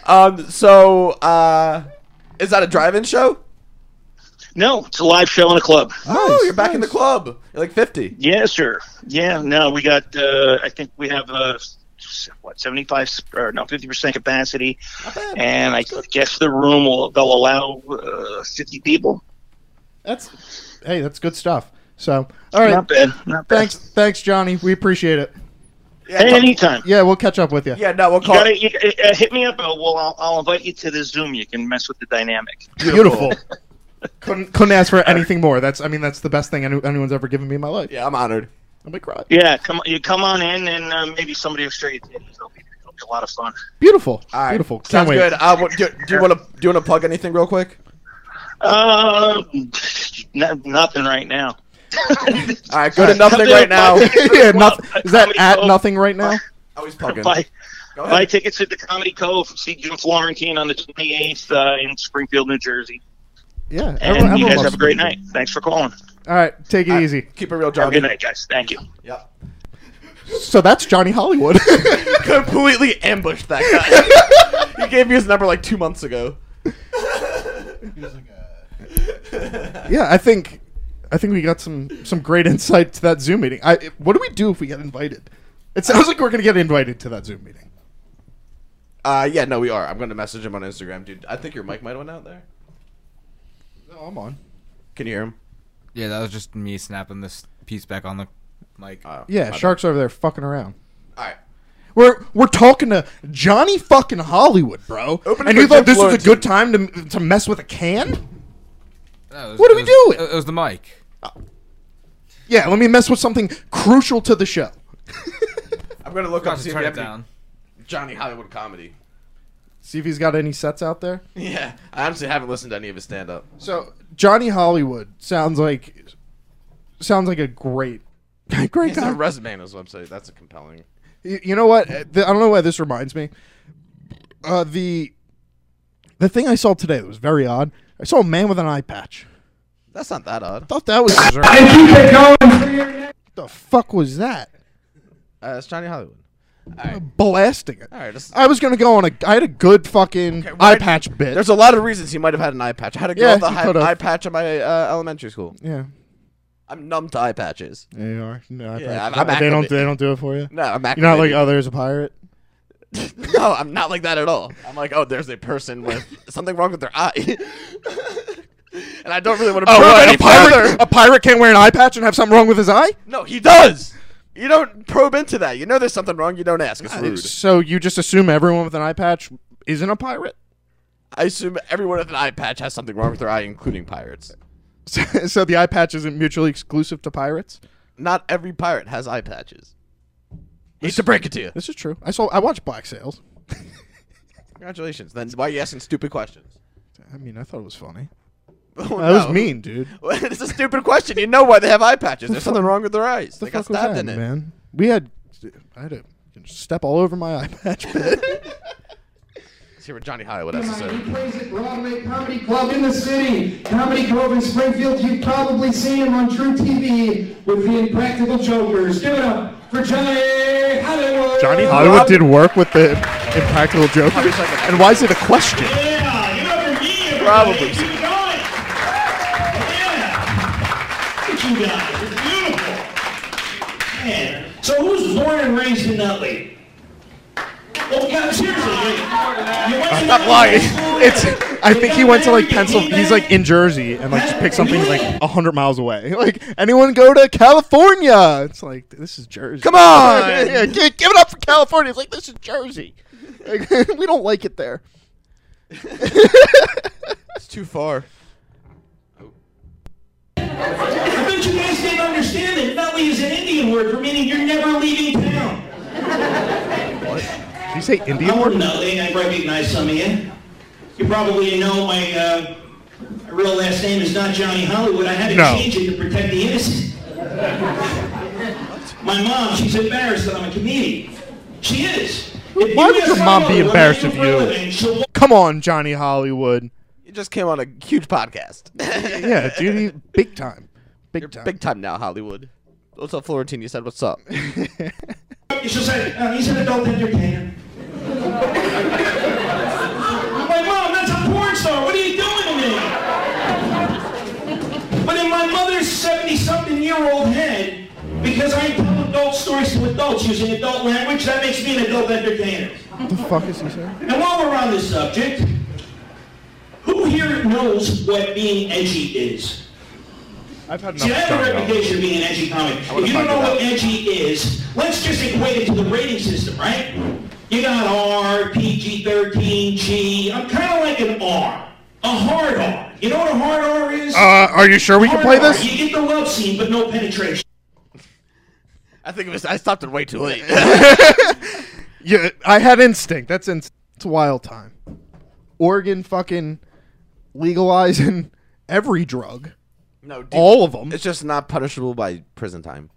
Speaker 2: um. So, uh, is that a drive-in show?
Speaker 12: No, it's a live show in a club.
Speaker 2: Oh, you're back in the club. You're like 50.
Speaker 12: Yeah, sure. Yeah, no, we got. Uh, I think we have uh, what seventy five or no fifty percent capacity, and I guess the room will they'll allow uh, fifty people.
Speaker 1: That's hey, that's good stuff. So, all right.
Speaker 12: Not bad. Not bad.
Speaker 1: Thanks, thanks, Johnny. We appreciate it.
Speaker 12: Hey, anytime.
Speaker 1: Yeah, we'll catch up with you.
Speaker 2: Yeah. No, we'll
Speaker 12: You
Speaker 2: call.
Speaker 12: gotta, you, uh, hit me up. uh, Well, I'll, I'll invite you to the Zoom. You can mess with the dynamic.
Speaker 1: Beautiful. couldn't couldn't ask for anything more. That's I mean that's the best thing any, anyone's ever given me in my life.
Speaker 2: Yeah, I'm honored.
Speaker 1: I'm like right.
Speaker 12: Yeah, come you come on in, and uh, maybe somebody will show you titties. It'll be, it'll be a lot of fun.
Speaker 1: Beautiful.
Speaker 2: All right.
Speaker 1: Beautiful. Can't
Speaker 2: Sounds
Speaker 1: wait.
Speaker 2: good. Uh, what, do, do you want to do you want to plug anything real quick?
Speaker 12: Uh, n- nothing right now.
Speaker 2: All right, go to
Speaker 1: All
Speaker 2: nothing right now.
Speaker 1: yeah, nothing. Is that at nothing right now?
Speaker 2: Always plugging.
Speaker 12: Buy,
Speaker 2: Go
Speaker 12: buy
Speaker 2: ahead.
Speaker 12: tickets at the Comedy Cove. See Jim Florentine on the 28th uh, in Springfield, New Jersey.
Speaker 1: Yeah.
Speaker 12: And
Speaker 1: everyone-
Speaker 12: you
Speaker 1: everyone
Speaker 12: guys
Speaker 1: loves
Speaker 12: have a great
Speaker 1: Springfield.
Speaker 12: night. Thanks for calling.
Speaker 1: All right, take it easy.
Speaker 2: Keep it real,
Speaker 12: Have a
Speaker 2: Johnny.
Speaker 12: good night, guys. Thank you.
Speaker 2: Yep.
Speaker 1: So that's Johnny Hollywood.
Speaker 2: Completely ambushed that guy. he gave me his number like two months ago.
Speaker 1: yeah, I think I think we got some some great insight to that Zoom meeting. I what do we do if we get invited? It sounds like we're gonna get invited to that Zoom meeting.
Speaker 2: Uh, yeah, no, we are. I'm gonna message him on Instagram, dude. I think your mic might have went out there.
Speaker 1: No, I'm on.
Speaker 2: Can you hear him?
Speaker 3: Yeah, that was just me snapping this piece back on the mic.
Speaker 2: Uh,
Speaker 1: Yeah,
Speaker 2: my bad.
Speaker 1: sharks over there fucking around.
Speaker 2: All right.
Speaker 1: We're we're talking to Johnny fucking Hollywood, bro.
Speaker 2: Open it
Speaker 1: and
Speaker 2: for
Speaker 1: you thought
Speaker 2: Jim
Speaker 1: this was a
Speaker 2: Florentine.
Speaker 1: good time to to mess with a can?
Speaker 3: No, it was-
Speaker 1: What are
Speaker 3: it
Speaker 1: we
Speaker 3: was-
Speaker 1: doing?
Speaker 3: It was the mic.
Speaker 1: Yeah, let me mess with something crucial to the show.
Speaker 2: I'm gonna look
Speaker 3: Got
Speaker 2: up to
Speaker 3: to
Speaker 2: see if
Speaker 3: turn
Speaker 2: we
Speaker 3: it
Speaker 2: have any
Speaker 3: down.
Speaker 2: Johnny Hollywood comedy.
Speaker 1: See if he's got any sets out there.
Speaker 2: Yeah, I honestly haven't listened to any of his stand up.
Speaker 1: So Johnny Hollywood sounds like sounds like a great great
Speaker 2: He's got a
Speaker 1: guy.
Speaker 2: resume on his website. That's a compelling.
Speaker 1: Y- You know what? Uh, the- I don't know why this reminds me. Uh, the the thing I saw today that was very odd. I saw a man with an eye patch.
Speaker 2: That's not that odd.
Speaker 1: Thought that was deserved. The fuck was that?
Speaker 2: Uh, it's Johnny Hollywood.
Speaker 1: Blasting it.
Speaker 2: All right, let's-
Speaker 1: I was gonna go on a. I had a good fucking
Speaker 2: Okay, why-
Speaker 1: eye patch bit.
Speaker 2: There's a lot of reasons he might have had an eye patch. I had a girl
Speaker 1: Yeah,
Speaker 2: with a
Speaker 1: he
Speaker 2: hi-
Speaker 1: could've.
Speaker 2: eye patch at my uh, elementary school.
Speaker 1: yeah.
Speaker 2: I'm numb to eye patches.
Speaker 1: There you are. No, eye
Speaker 2: Yeah,
Speaker 1: patch.
Speaker 2: I'm- I'm
Speaker 1: they don't.
Speaker 2: activated.
Speaker 1: They don't do it for you.
Speaker 2: No, I'm
Speaker 1: You're not like,
Speaker 2: activated.
Speaker 1: oh, there's a pirate.
Speaker 2: no, I'm not like that at all. I'm like, oh, there's a person with something wrong with their eye, and I don't really want to prove
Speaker 1: what,
Speaker 2: Oh, any
Speaker 1: a pirate.
Speaker 2: further.
Speaker 1: A pirate can't wear an eye patch and have something wrong with his eye.
Speaker 2: No, he does. You don't probe into that. You know there's something wrong. You don't ask. It's rude.
Speaker 1: So you just assume everyone with an eye patch isn't a pirate.
Speaker 2: I assume everyone with an eye patch has something wrong with their eye, including pirates.
Speaker 1: So, so the eye patch isn't mutually exclusive to pirates.
Speaker 2: Not every pirate has eye patches. Hate to break it to you.
Speaker 1: This is true. I saw. I watched Black Sails.
Speaker 2: Congratulations. Then why are you asking stupid questions?
Speaker 1: I mean, I thought it was funny.
Speaker 2: Oh,
Speaker 1: That was
Speaker 2: no.
Speaker 1: mean, dude.
Speaker 2: it's a stupid question. You know why they have eye patches. There's something wrong with their eyes.
Speaker 1: The
Speaker 2: They got
Speaker 1: fuck was
Speaker 2: stabbed
Speaker 1: that,
Speaker 2: in it.
Speaker 1: man? We had. I had to step all over my eye patch. bit.
Speaker 2: Let's hear what Johnny Hollywood has to say.
Speaker 13: plays at Broadway Comedy Club in the city, Comedy Cove in Springfield. You've probably seen him on True TV with the Impractical Jokers. Give it up for Johnny Hollywood.
Speaker 1: Johnny Hollywood did work with the Impractical Jokers. And why is it a question?
Speaker 13: Yeah, you know
Speaker 2: Probably.
Speaker 14: You guys. Yeah. Look at you guys. It's beautiful. Man. So who's born and raised in Nutley? Well, come seriously. You went to
Speaker 1: Stop
Speaker 14: Nutley
Speaker 1: lying.
Speaker 14: School?
Speaker 1: It's. I think he went to like Pennsylvania. He's like in Jersey and like just picked something like hundred miles away. Like anyone go to California? It's like this is Jersey.
Speaker 2: Come on!
Speaker 1: yeah, gi- give it up for California. It's like this is Jersey. Like, we don't like it there.
Speaker 2: It's too far.
Speaker 14: I bet you guys didn't understand that Nutley is an Indian word for meaning you're never leaving town.
Speaker 1: Did you say Indian?
Speaker 14: I'm
Speaker 1: word?
Speaker 14: from Nutley. I recognize some of you. You probably know my uh, my real last name is not Johnny Hollywood. I had to
Speaker 1: No.
Speaker 14: change it to protect the innocent. my mom, she's embarrassed that I'm a comedian. She is. If
Speaker 1: Why
Speaker 14: you
Speaker 1: would
Speaker 14: ask
Speaker 1: your
Speaker 14: my
Speaker 1: mom
Speaker 14: mother
Speaker 1: be
Speaker 14: what I
Speaker 1: embarrassed
Speaker 14: do
Speaker 1: of
Speaker 14: for a living, she'll
Speaker 1: you? Come on, Johnny Hollywood.
Speaker 2: You just came on a huge podcast.
Speaker 1: Yeah, dude, he- big time. Big
Speaker 2: You're
Speaker 1: time.
Speaker 2: big time now, Hollywood. What's up, Florentine? You said what's up?
Speaker 14: You should say, uh, he's an adult entertainer. I'm like, Mom, that's a porn star. What are you doing to me? But in my mother's 70-something year old head, because I tell adult stories to adults using adult language, that makes me an adult entertainer.
Speaker 1: What the fuck is he saying?
Speaker 14: And while we're on this subject, who here knows what being edgy is?
Speaker 1: I've had
Speaker 14: See, I have a
Speaker 1: Johnny
Speaker 14: reputation
Speaker 1: Hollywood.
Speaker 14: of being an edgy comic.
Speaker 1: I wanna
Speaker 14: If you don't
Speaker 1: find it
Speaker 14: know
Speaker 1: out.
Speaker 14: what edgy is, let's just equate it to the rating system, right? You got R, PG-13, G. I'm kind of like an R, a hard R. You know what a hard R is?
Speaker 1: Uh, are you sure we can
Speaker 14: Hard
Speaker 1: play
Speaker 14: R.
Speaker 1: this?
Speaker 14: You get the love scene, but no penetration.
Speaker 2: I think it was. I stopped it way too late.
Speaker 1: Yeah, I had instinct. That's in, it's a wild time. Oregon fucking legalizing every drug.
Speaker 2: no, dude,
Speaker 1: All of them.
Speaker 2: It's just not punishable by prison time.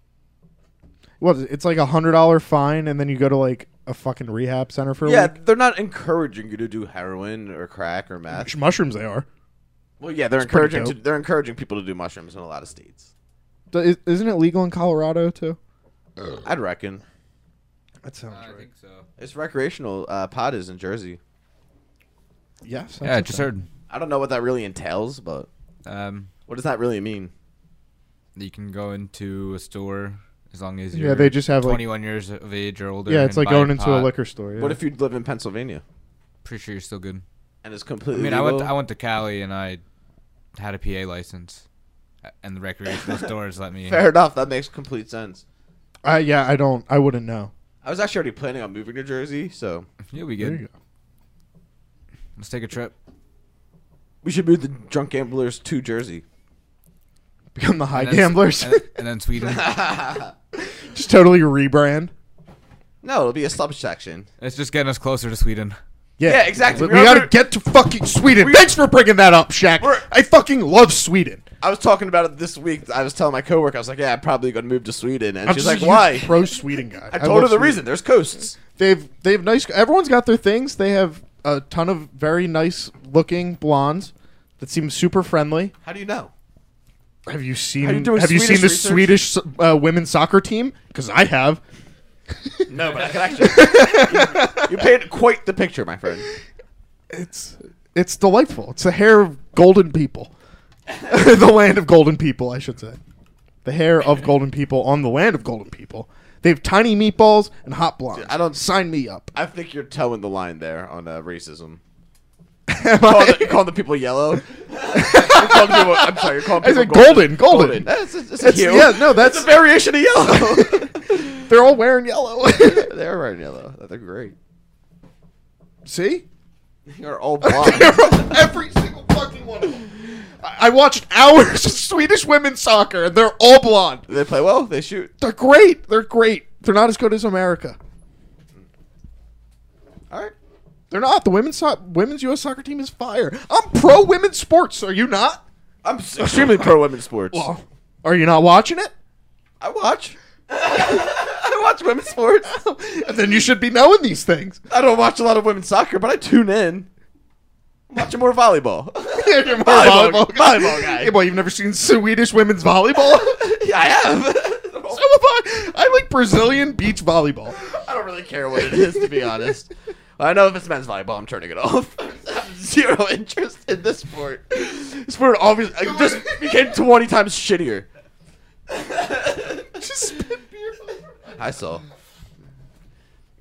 Speaker 1: What is it? It's like a hundred dollar fine, and then you go to like a fucking rehab center for a
Speaker 2: Yeah,
Speaker 1: week.
Speaker 2: they're not encouraging you to do heroin or crack or meth.
Speaker 1: Which mushrooms they are?
Speaker 2: Well, yeah, they're
Speaker 1: It's pretty
Speaker 2: encouraging. To,
Speaker 1: dope.
Speaker 2: they're encouraging people to do mushrooms in a lot of states.
Speaker 1: D- is- Isn't it legal in Colorado too?
Speaker 2: I'd reckon
Speaker 1: That sounds right.
Speaker 2: it's recreational uh, pot is in Jersey.
Speaker 1: Yes.
Speaker 3: Yeah, I just heard.
Speaker 2: I don't know what that really entails, but
Speaker 3: Um,
Speaker 2: what does that really mean?
Speaker 3: you can go into a store as long as
Speaker 1: Yeah,
Speaker 3: you're
Speaker 1: they just have, like-
Speaker 3: 21 years of age or older.
Speaker 1: Yeah, it's like
Speaker 3: and buy
Speaker 1: going into a
Speaker 3: pot.
Speaker 1: liquor store. yeah.
Speaker 2: What if you live in Pennsylvania
Speaker 3: Pretty sure you're still good.
Speaker 2: and it's
Speaker 3: I
Speaker 2: completely?
Speaker 3: mean, I went
Speaker 2: legal?
Speaker 3: I went to Cali and I had a PA license, a- and the recreational stores let me.
Speaker 2: Fair enough. That makes complete sense.
Speaker 1: I yeah, I don't. I wouldn't know.
Speaker 2: I was actually already planning on moving to Jersey, so
Speaker 3: You'll be
Speaker 1: There you
Speaker 3: good. Let's take a trip.
Speaker 2: we should move the drunk gamblers to Jersey.
Speaker 1: Become the high
Speaker 3: And then-
Speaker 1: gamblers.
Speaker 3: and, and then Sweden.
Speaker 1: just totally rebrand.
Speaker 2: No, it'll be a subsection.
Speaker 3: it's just getting us closer to Sweden.
Speaker 1: Yeah,
Speaker 2: Yeah, exactly.
Speaker 1: We,
Speaker 2: We
Speaker 1: gotta
Speaker 2: already-
Speaker 1: get to fucking Sweden. Thanks for bringing that up, Shaq. I fucking love Sweden.
Speaker 2: I was talking about it this week. I was telling my coworker, I was like, "Yeah, I'm probably gonna move to Sweden," and
Speaker 1: I'm
Speaker 2: she's
Speaker 1: just
Speaker 2: like,
Speaker 1: a huge
Speaker 2: "Why?"
Speaker 1: Pro Sweden guy.
Speaker 2: I told
Speaker 1: love
Speaker 2: her the
Speaker 1: Sweden.
Speaker 2: reason. There's coasts.
Speaker 1: They've they've nice. Everyone's got their things. They have a ton of very nice looking blondes that seem super friendly.
Speaker 2: How do you know?
Speaker 1: Have you seen?
Speaker 2: Are you doing
Speaker 1: have you seen
Speaker 2: Swedish
Speaker 1: the
Speaker 2: research?
Speaker 1: Swedish uh, women's soccer team? Because I have.
Speaker 2: No, but I can actually. you, you painted quite the picture, my friend.
Speaker 1: It's it's delightful. It's the hair of golden people, the land of golden people, I should say. The hair of golden people on the land of golden people. They have tiny meatballs and hot blondes.
Speaker 2: I don't-
Speaker 1: sign me up.
Speaker 2: I think you're towing the line there on uh, racism. You're calling, the, you're calling the people yellow. you're calling people, I'm sorry. You're calling
Speaker 1: I
Speaker 2: people
Speaker 1: said golden, golden.
Speaker 2: That's, it's, it's a
Speaker 1: That's-
Speaker 2: hue.
Speaker 1: yeah, no, that's-
Speaker 2: it's a variation of yellow.
Speaker 1: They're all wearing yellow.
Speaker 2: They're wearing yellow. They're great.
Speaker 1: See,
Speaker 2: They're all blonde.
Speaker 1: every single fucking one of them. I I watched hours of Swedish women's soccer, and they're all blonde.
Speaker 2: they play well. They shoot.
Speaker 1: They're great. They're great. They're not as good as America.
Speaker 2: All right.
Speaker 1: They're not. The women's so- women's U.S. soccer team is fire. I'm pro women's sports. Are you not?
Speaker 2: I'm s- extremely pro women's sports.
Speaker 1: Well, are you not watching it?
Speaker 2: I watch. I watch women's sports.
Speaker 1: Then you should be knowing these things.
Speaker 2: I don't watch a lot of women's soccer, but I tune in. I'm watching more volleyball.
Speaker 1: You're more
Speaker 2: Volleyball-
Speaker 1: guy.
Speaker 2: volleyball guy.
Speaker 1: Hey, boy, you've never seen Swedish women's volleyball?
Speaker 2: yeah, I have.
Speaker 1: so have I. I like Brazilian beach volleyball.
Speaker 2: I don't really care what it is, to be honest. I know if it's men's volleyball, I'm turning it off. zero interest in this sport. This sport obviously it just became twenty times shittier. just spit beer. I saw.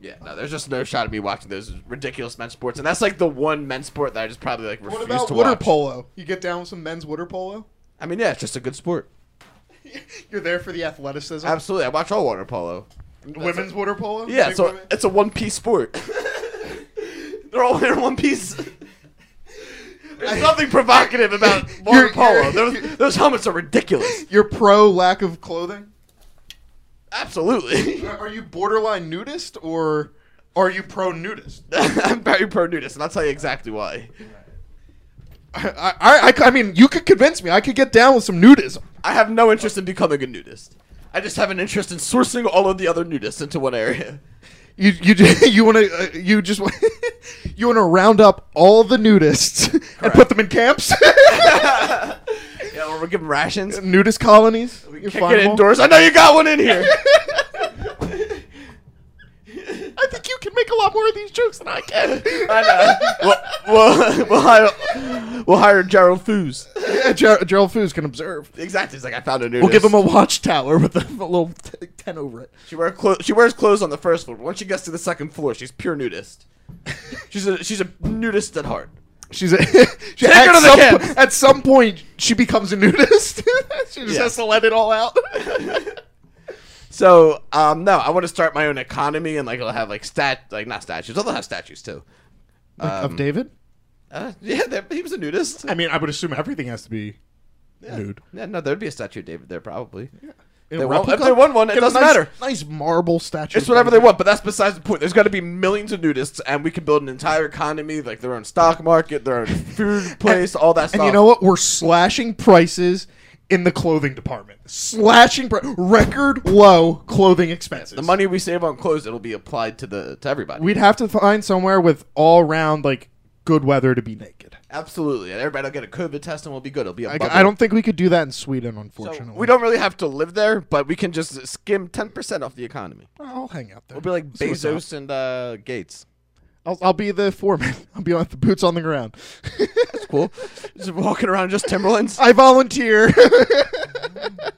Speaker 2: Yeah, no, there's just no shot of me watching those ridiculous men's sports, and that's like the one men's sport that I just probably like refuse
Speaker 1: What about
Speaker 2: to
Speaker 1: water
Speaker 2: watch.
Speaker 1: polo? You get down with some men's water polo.
Speaker 2: I mean, yeah, it's just a good sport.
Speaker 1: You're there for the athleticism.
Speaker 2: Absolutely, I watch all water polo.
Speaker 1: Women's water polo.
Speaker 2: Yeah,
Speaker 1: Big
Speaker 2: so
Speaker 1: women?
Speaker 2: it's a one piece sport. They're all in one piece. There's nothing provocative about water polo. Those, those helmets are ridiculous.
Speaker 1: You're pro lack of clothing.
Speaker 2: Absolutely.
Speaker 1: are you borderline nudist or are you pro nudist?
Speaker 2: I'm very pro nudist, and I'll tell you exactly why.
Speaker 1: I, I, I, I mean, you could convince me. I could get down with some nudism.
Speaker 2: I have no interest in becoming a nudist. I just have an interest in sourcing all of the other nudists into one area.
Speaker 1: You you ju- you want to uh, you just wa- you want to round up all the nudists and put them in camps,
Speaker 2: Yeah, or we give them rations.
Speaker 1: nudist colonies. You
Speaker 2: Kick
Speaker 1: find
Speaker 2: it
Speaker 1: them all?
Speaker 2: indoors. I know you got one in here.
Speaker 1: I think you can make a lot more of these jokes than I can.
Speaker 2: I know. we'll, we'll, we'll, hire, we'll hire Gerald Foos.
Speaker 1: Yeah, Ger- Gerald Foos can observe.
Speaker 2: Exactly. He's like, I found a nudist.
Speaker 1: We'll give him a watchtower with a, a little t- ten over it.
Speaker 2: She wear clo- She wears clothes on the first floor. but Once she gets to the second floor, she's pure nudist. she's a she's a nudist at heart.
Speaker 1: She's a, she,
Speaker 2: Take her
Speaker 1: at,
Speaker 2: to the
Speaker 1: some
Speaker 2: camp.
Speaker 1: po- at some point she becomes a nudist. she just
Speaker 2: Yeah.
Speaker 1: has to let it all out.
Speaker 2: So um, no, I want to start my own economy and like I'll have like stat like not statues. I'll have statues too. Um,
Speaker 1: of David.
Speaker 2: uh, yeah, there- he was a nudist.
Speaker 1: I mean, I would assume everything has to be nude.
Speaker 2: Yeah, no, there'd be a statue of David there probably.
Speaker 1: In
Speaker 2: They
Speaker 1: a
Speaker 2: won't- if
Speaker 1: replica?
Speaker 2: they want one, it
Speaker 1: Get a
Speaker 2: doesn't
Speaker 1: nice-
Speaker 2: matter.
Speaker 1: Nice marble statue.
Speaker 2: It's whatever they want, but that's besides the point. There's got to be millions of nudists, and we can build an entire economy, like their own stock market, their own food place, all that stuff.
Speaker 1: And you know what? We're slashing prices in the clothing department. Slashing pri- record low clothing expenses.
Speaker 2: the money we save on clothes, it'll be applied to the to everybody.
Speaker 1: We'd have to find somewhere with all round like good weather to be naked.
Speaker 2: Absolutely, and everybody will get a COVID test, and we'll be good. It'll be a
Speaker 1: I,
Speaker 2: bubble.
Speaker 1: I don't think we could do that in Sweden, unfortunately.
Speaker 2: We don't really have to live there, but we can just skim ten percent off the economy.
Speaker 1: I'll hang out there.
Speaker 2: We'll be like
Speaker 1: See what's up.
Speaker 2: Bezos and uh, Gates.
Speaker 1: I'll, I'll be the foreman. I'll be with the boots on the ground.
Speaker 2: That's cool. just walking around just Timberlands.
Speaker 1: I volunteer.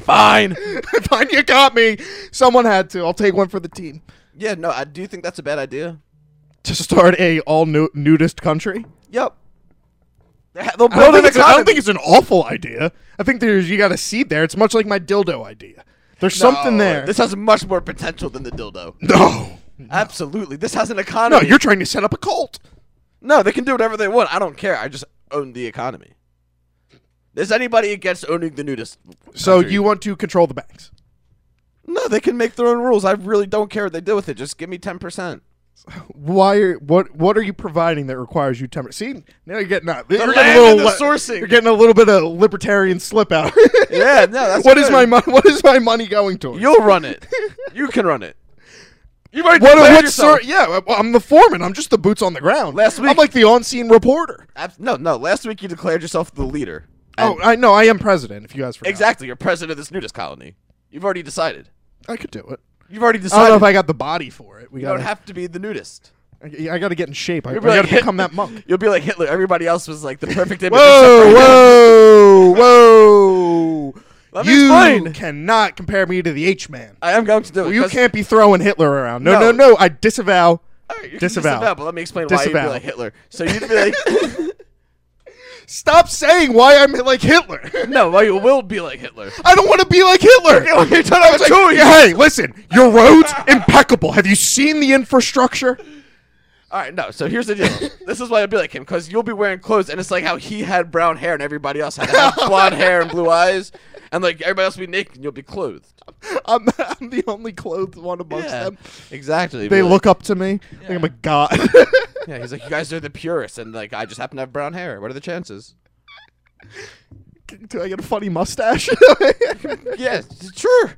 Speaker 2: Fine.
Speaker 1: Fine, you got me. Someone had to. I'll take one for the team.
Speaker 2: Yeah, no, I do think that's a bad idea.
Speaker 1: To start a all nu- nudist country.
Speaker 2: Yep. They ha- They'll
Speaker 1: I don't,
Speaker 2: build
Speaker 1: think
Speaker 2: an
Speaker 1: it's, I don't
Speaker 2: economy.
Speaker 1: think it's an awful idea. I think there's you got a seed there. It's much like my dildo idea. There's something
Speaker 2: No,
Speaker 1: there.
Speaker 2: This has much more potential than the dildo.
Speaker 1: no,
Speaker 2: Absolutely, this has an
Speaker 1: no,
Speaker 2: economy.
Speaker 1: you're trying to set up a cult.
Speaker 2: No, they can do whatever they want. I don't care. I just own the economy. Is anybody against owning the nudist?
Speaker 1: So
Speaker 2: country?
Speaker 1: you want to control the banks?
Speaker 2: No, they can make their own rules. I really don't care what they do with it. Just give me ten percent.
Speaker 1: Why are what what are you providing that requires you temper? See, now you're getting out. you're
Speaker 2: land
Speaker 1: getting a
Speaker 2: and
Speaker 1: little
Speaker 2: the
Speaker 1: le-
Speaker 2: sourcing.
Speaker 1: You're getting a little bit of libertarian slip out.
Speaker 2: Yeah, no, that's
Speaker 1: What is
Speaker 2: good.
Speaker 1: my money? What is my money going towards?
Speaker 2: You'll run it. you can run it. You might
Speaker 1: what?
Speaker 2: declared
Speaker 1: What
Speaker 2: yourself.
Speaker 1: sort? Yeah, well, I'm the foreman. I'm just the boots on the ground.
Speaker 2: Last week-
Speaker 1: I'm like the on-scene reporter.
Speaker 2: Ab- No, no. Last week you declared yourself the leader.
Speaker 1: Oh, I know. I am president. If you guys forgot,
Speaker 2: Exactly. You're president of this nudist colony. You've already decided.
Speaker 1: I could do it.
Speaker 2: You've already
Speaker 1: I don't
Speaker 2: decided.
Speaker 1: know if I got the body for it. We
Speaker 2: you
Speaker 1: got.
Speaker 2: don't have to be the nudist.
Speaker 1: I, I got to get in shape. I, I
Speaker 2: You'll
Speaker 1: got to
Speaker 2: be like Hit-
Speaker 1: become that monk.
Speaker 2: You'll be like Hitler. Everybody else was like the perfect image.
Speaker 1: Whoa,
Speaker 2: except for
Speaker 1: whoa,
Speaker 2: him.
Speaker 1: whoa!
Speaker 2: Let me
Speaker 1: you
Speaker 2: explain.
Speaker 1: cannot compare me to the H man.
Speaker 2: I am going to do it.
Speaker 1: Well, you
Speaker 2: 'cause-
Speaker 1: can't be throwing Hitler around. No,
Speaker 2: No.
Speaker 1: no, no. I disavow.
Speaker 2: All right, you can
Speaker 1: disavow.
Speaker 2: But let me explain why
Speaker 1: Disavow.
Speaker 2: you'd be like Hitler. So you'd be like,
Speaker 1: Stop saying why I'm like Hitler.
Speaker 2: no, well, you will be like Hitler.
Speaker 1: I don't want to be like Hitler.
Speaker 2: well, you're done
Speaker 1: I was like,
Speaker 2: chewing.
Speaker 1: hey, listen, your roads impeccable. Have you seen the infrastructure?
Speaker 2: All right, no. So here's the deal. this is why I'd be like him because you'll be wearing clothes, and it's like how he had brown hair and everybody else had to have blonde hair and blue eyes, and like everybody else will be naked and you'll be clothed.
Speaker 1: I'm, I'm the only clothed one amongst them.
Speaker 2: exactly.
Speaker 1: They
Speaker 2: Be like-
Speaker 1: look up to me like I'm a god.
Speaker 2: Yeah, he's like, you guys are the purists, and like I just happen to have brown hair. What are the chances?
Speaker 1: Do I get a funny mustache?
Speaker 2: yeah, sure.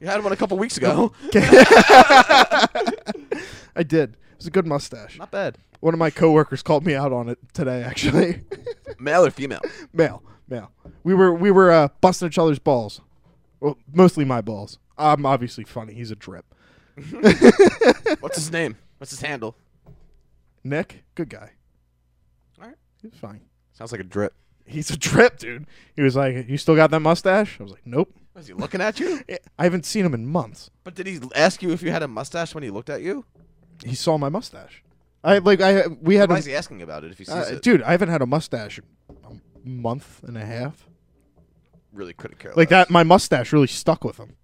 Speaker 2: You had one a couple weeks ago.
Speaker 1: I did. It was a good mustache.
Speaker 2: Not bad.
Speaker 1: One of my coworkers called me out on it today, actually.
Speaker 2: Male or female?
Speaker 1: male, male. We were we were uh, busting each other's balls. Well, mostly my balls. I'm obviously funny. He's a drip.
Speaker 2: What's his name? What's his handle?
Speaker 1: Nick, good guy. He was fine.
Speaker 2: Sounds like a drip.
Speaker 1: He's a drip, dude. He was like, "You still got that mustache?" I was like, "Nope."
Speaker 2: Was he looking at you?
Speaker 1: I haven't seen him in months.
Speaker 2: But did he ask you if you had a mustache when he looked at you?
Speaker 1: He saw my mustache. I like I we had.
Speaker 2: Hmm. Why
Speaker 1: a-
Speaker 2: is he asking about it if he sees
Speaker 1: Uh,
Speaker 2: it?
Speaker 1: dude, I haven't had a mustache in a month and a half.
Speaker 2: really couldn't care.
Speaker 1: Like
Speaker 2: less.
Speaker 1: that, my mustache really stuck with him.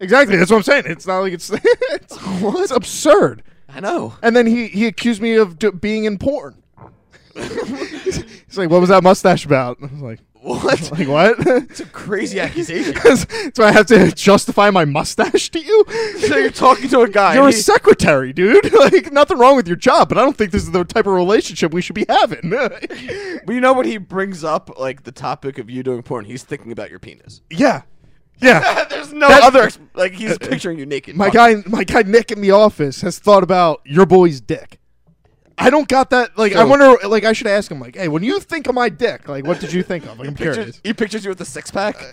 Speaker 1: Exactly, that's what I'm saying. It's not like it's it's, it's absurd.
Speaker 2: I know.
Speaker 1: And then he he accused me of d- being in porn. He's like, "What was that mustache about?" And I was like,
Speaker 2: What?
Speaker 1: Like what?
Speaker 2: It's a crazy accusation.
Speaker 1: so I have to justify my mustache to you?
Speaker 2: So you're talking to a guy.
Speaker 1: You're a
Speaker 2: and he-
Speaker 1: secretary, dude. Like nothing wrong with your job, but I don't think this is the type of relationship we should be having.
Speaker 2: But you know when he brings up like the topic of you doing porn, he's thinking about your penis.
Speaker 1: yeah, yeah.
Speaker 2: There's no
Speaker 1: That-
Speaker 2: other ex- like he's
Speaker 1: Uh, uh,
Speaker 2: picturing you naked.
Speaker 1: My guy, my guy Nick in the office has thought about your boy's dick. I don't got that. Like, I
Speaker 2: So-
Speaker 1: wonder. Like, I should ask him. Like, hey, when you think of my dick, like, what did you think of? Like, I'm
Speaker 2: pictures,
Speaker 1: curious.
Speaker 2: he pictures you with a six pack.
Speaker 1: Uh,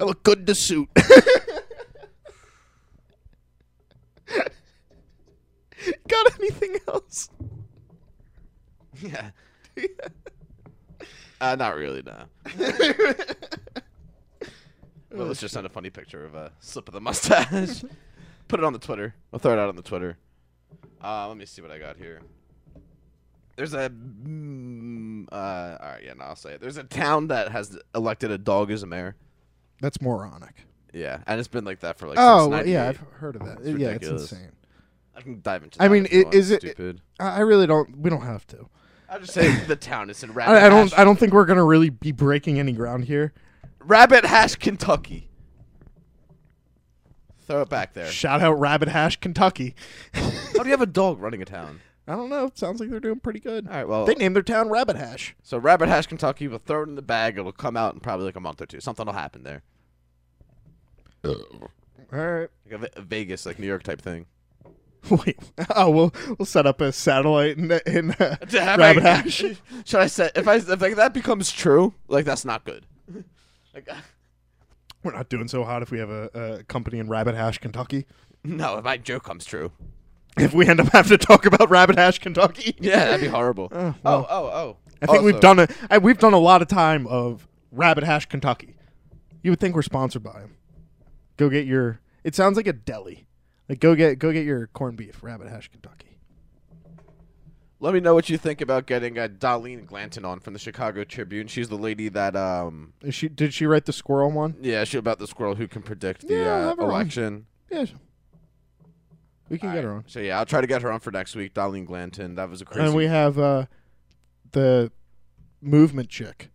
Speaker 1: I look good in the suit. got anything else?
Speaker 2: yeah. Uh, not really, no. well, let's just send a funny picture of a slip of the mustache. Put it on the Twitter. We'll throw it out on the Twitter. Uh, let me see what I got here. There's a. Mm, uh, all right, yeah, no, I'll say it. There's a town that has elected a dog as a mayor.
Speaker 1: That's moronic.
Speaker 2: Yeah, and it's been like that for like.
Speaker 1: oh,
Speaker 2: since
Speaker 1: well, yeah,
Speaker 2: 98.
Speaker 1: I've heard of that.
Speaker 2: It's
Speaker 1: yeah,
Speaker 2: ridiculous.
Speaker 1: it's insane.
Speaker 2: I can dive into. That
Speaker 1: I mean,
Speaker 2: if you
Speaker 1: it,
Speaker 2: want.
Speaker 1: is it?
Speaker 2: stupid?
Speaker 1: I I really don't. We don't have to.
Speaker 2: I'm just saying the town is in Rabbit.
Speaker 1: I, I don't.
Speaker 2: Hash-
Speaker 1: I don't think we're gonna really be breaking any ground here.
Speaker 2: Rabbit Hash, Kentucky. Throw it back there.
Speaker 1: Shout out Rabbit Hash, Kentucky.
Speaker 2: How do you have a dog running a town?
Speaker 1: I don't know. Sounds like they're doing pretty good.
Speaker 2: All right, well,
Speaker 1: They named their town Rabbit Hash.
Speaker 2: so Rabbit Hash, Kentucky. We'll throw it in the bag. It'll come out in probably like a month or two. Something will happen there,
Speaker 1: All right.
Speaker 2: like a, Ve- a Vegas, like New York type thing.
Speaker 1: Wait. Oh, we'll we'll set up a satellite in, in uh,
Speaker 2: To have
Speaker 1: Rabbit
Speaker 2: a-
Speaker 1: Hash.
Speaker 2: Should I say if I if like that becomes true, like that's not good. Like, uh,
Speaker 1: We're not doing so hot if we have a, a company in Rabbit Hash, Kentucky.
Speaker 2: no, if my joke comes true,
Speaker 1: If we end up having to talk about Rabbit Hash, Kentucky.
Speaker 2: yeah, that'd be horrible.
Speaker 1: Oh,
Speaker 2: oh,
Speaker 1: well.
Speaker 2: oh, oh.
Speaker 1: I think we've
Speaker 2: Also-
Speaker 1: done a I, we've done a lot of time of Rabbit Hash, Kentucky. You would think we're sponsored by them. Go get your. It sounds like a deli. Like go get go get your corned beef, Rabbit Hash, Kentucky.
Speaker 2: Let me know what you think about getting uh, Darlene Glanton on from the Chicago Tribune. She's the lady that, um,
Speaker 1: Is she did she write the squirrel one?
Speaker 2: yeah, she about the squirrel who can predict the
Speaker 1: Yeah, I'll
Speaker 2: uh,
Speaker 1: have her on.
Speaker 2: election.
Speaker 1: Yeah. We can get her on.
Speaker 2: So yeah, I'll try to get her on for next week. Darlene Glanton. That was a crazy.
Speaker 1: And we have uh, the movement chick.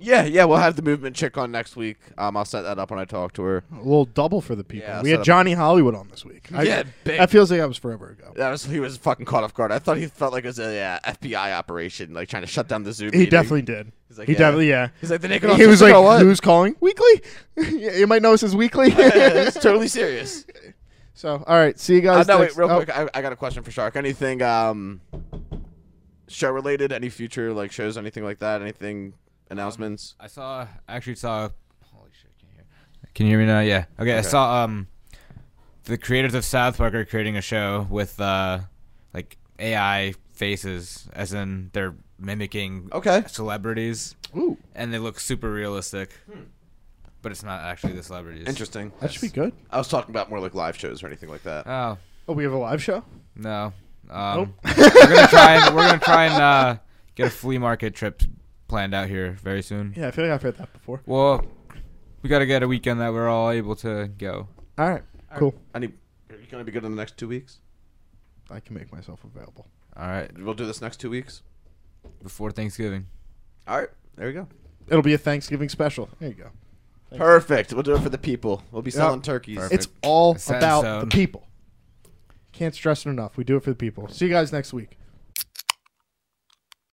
Speaker 2: yeah, yeah, we'll have the movement chick on next week. Um, I'll set that up when I talk to her.
Speaker 1: A little double for the people.
Speaker 2: Yeah,
Speaker 1: we
Speaker 2: set
Speaker 1: had
Speaker 2: up-
Speaker 1: Johnny Hollywood on this week. I-
Speaker 2: Yeah, big.
Speaker 1: That feels like that was forever ago.
Speaker 2: That was he was fucking caught off guard. I thought he felt like it was a uh, FBI operation, like trying to shut down the Zoom.
Speaker 1: He
Speaker 2: meeting.
Speaker 1: definitely did.
Speaker 2: He's like,
Speaker 1: he
Speaker 2: yeah.
Speaker 1: definitely yeah.
Speaker 2: He's like, the naked
Speaker 1: He
Speaker 2: officer
Speaker 1: was
Speaker 2: said,
Speaker 1: like,
Speaker 2: "Oh, what?"
Speaker 1: who's calling? Weekly. you might notice it's weekly.
Speaker 2: it's totally serious.
Speaker 1: so, all right. See you
Speaker 2: Uh,
Speaker 1: guys.
Speaker 2: no, wait,
Speaker 1: next-
Speaker 2: real
Speaker 1: oh,
Speaker 2: quick. I, I got a question for Shark. Anything um, show related? Any future like shows? Anything like that? Anything announcements?
Speaker 3: I saw. I actually saw. Holy shit! Can you hear? Can you hear me now? Yeah. Okay, I
Speaker 2: Okay.
Speaker 3: saw. Um, the creators of South Park are creating a show with uh, like AI faces, as in they're mimicking
Speaker 2: Okay.
Speaker 3: celebrities.
Speaker 1: Ooh.
Speaker 3: And they look super realistic, but it's not actually the celebrities.
Speaker 2: Hmm. Interesting.
Speaker 1: That should be good.
Speaker 2: I was talking about more like live shows or anything like that.
Speaker 3: Oh
Speaker 1: Oh, we have a live show.
Speaker 3: no. Um, we're gonna try and we're gonna try and uh, get a flea market trip planned out here very soon.
Speaker 1: Yeah, I feel like I've heard that before.
Speaker 3: Well, we gotta get a weekend that we're all able to go.
Speaker 1: All right. Cool.
Speaker 2: Any? Are you gonna be good in the next two weeks?
Speaker 1: I can make myself available.
Speaker 3: All right,
Speaker 2: We'll do this next two weeks.
Speaker 3: before Thanksgiving.
Speaker 2: All right. There we go.
Speaker 1: It'll be a Thanksgiving special. There you go.
Speaker 2: Perfect. We'll do it for the people. We'll be
Speaker 1: Yep.
Speaker 2: selling turkeys.
Speaker 3: Perfect.
Speaker 1: It's all
Speaker 3: Set in
Speaker 1: about
Speaker 3: stone.
Speaker 1: the people. Can't stress it enough. We do it for the people. See you guys next week.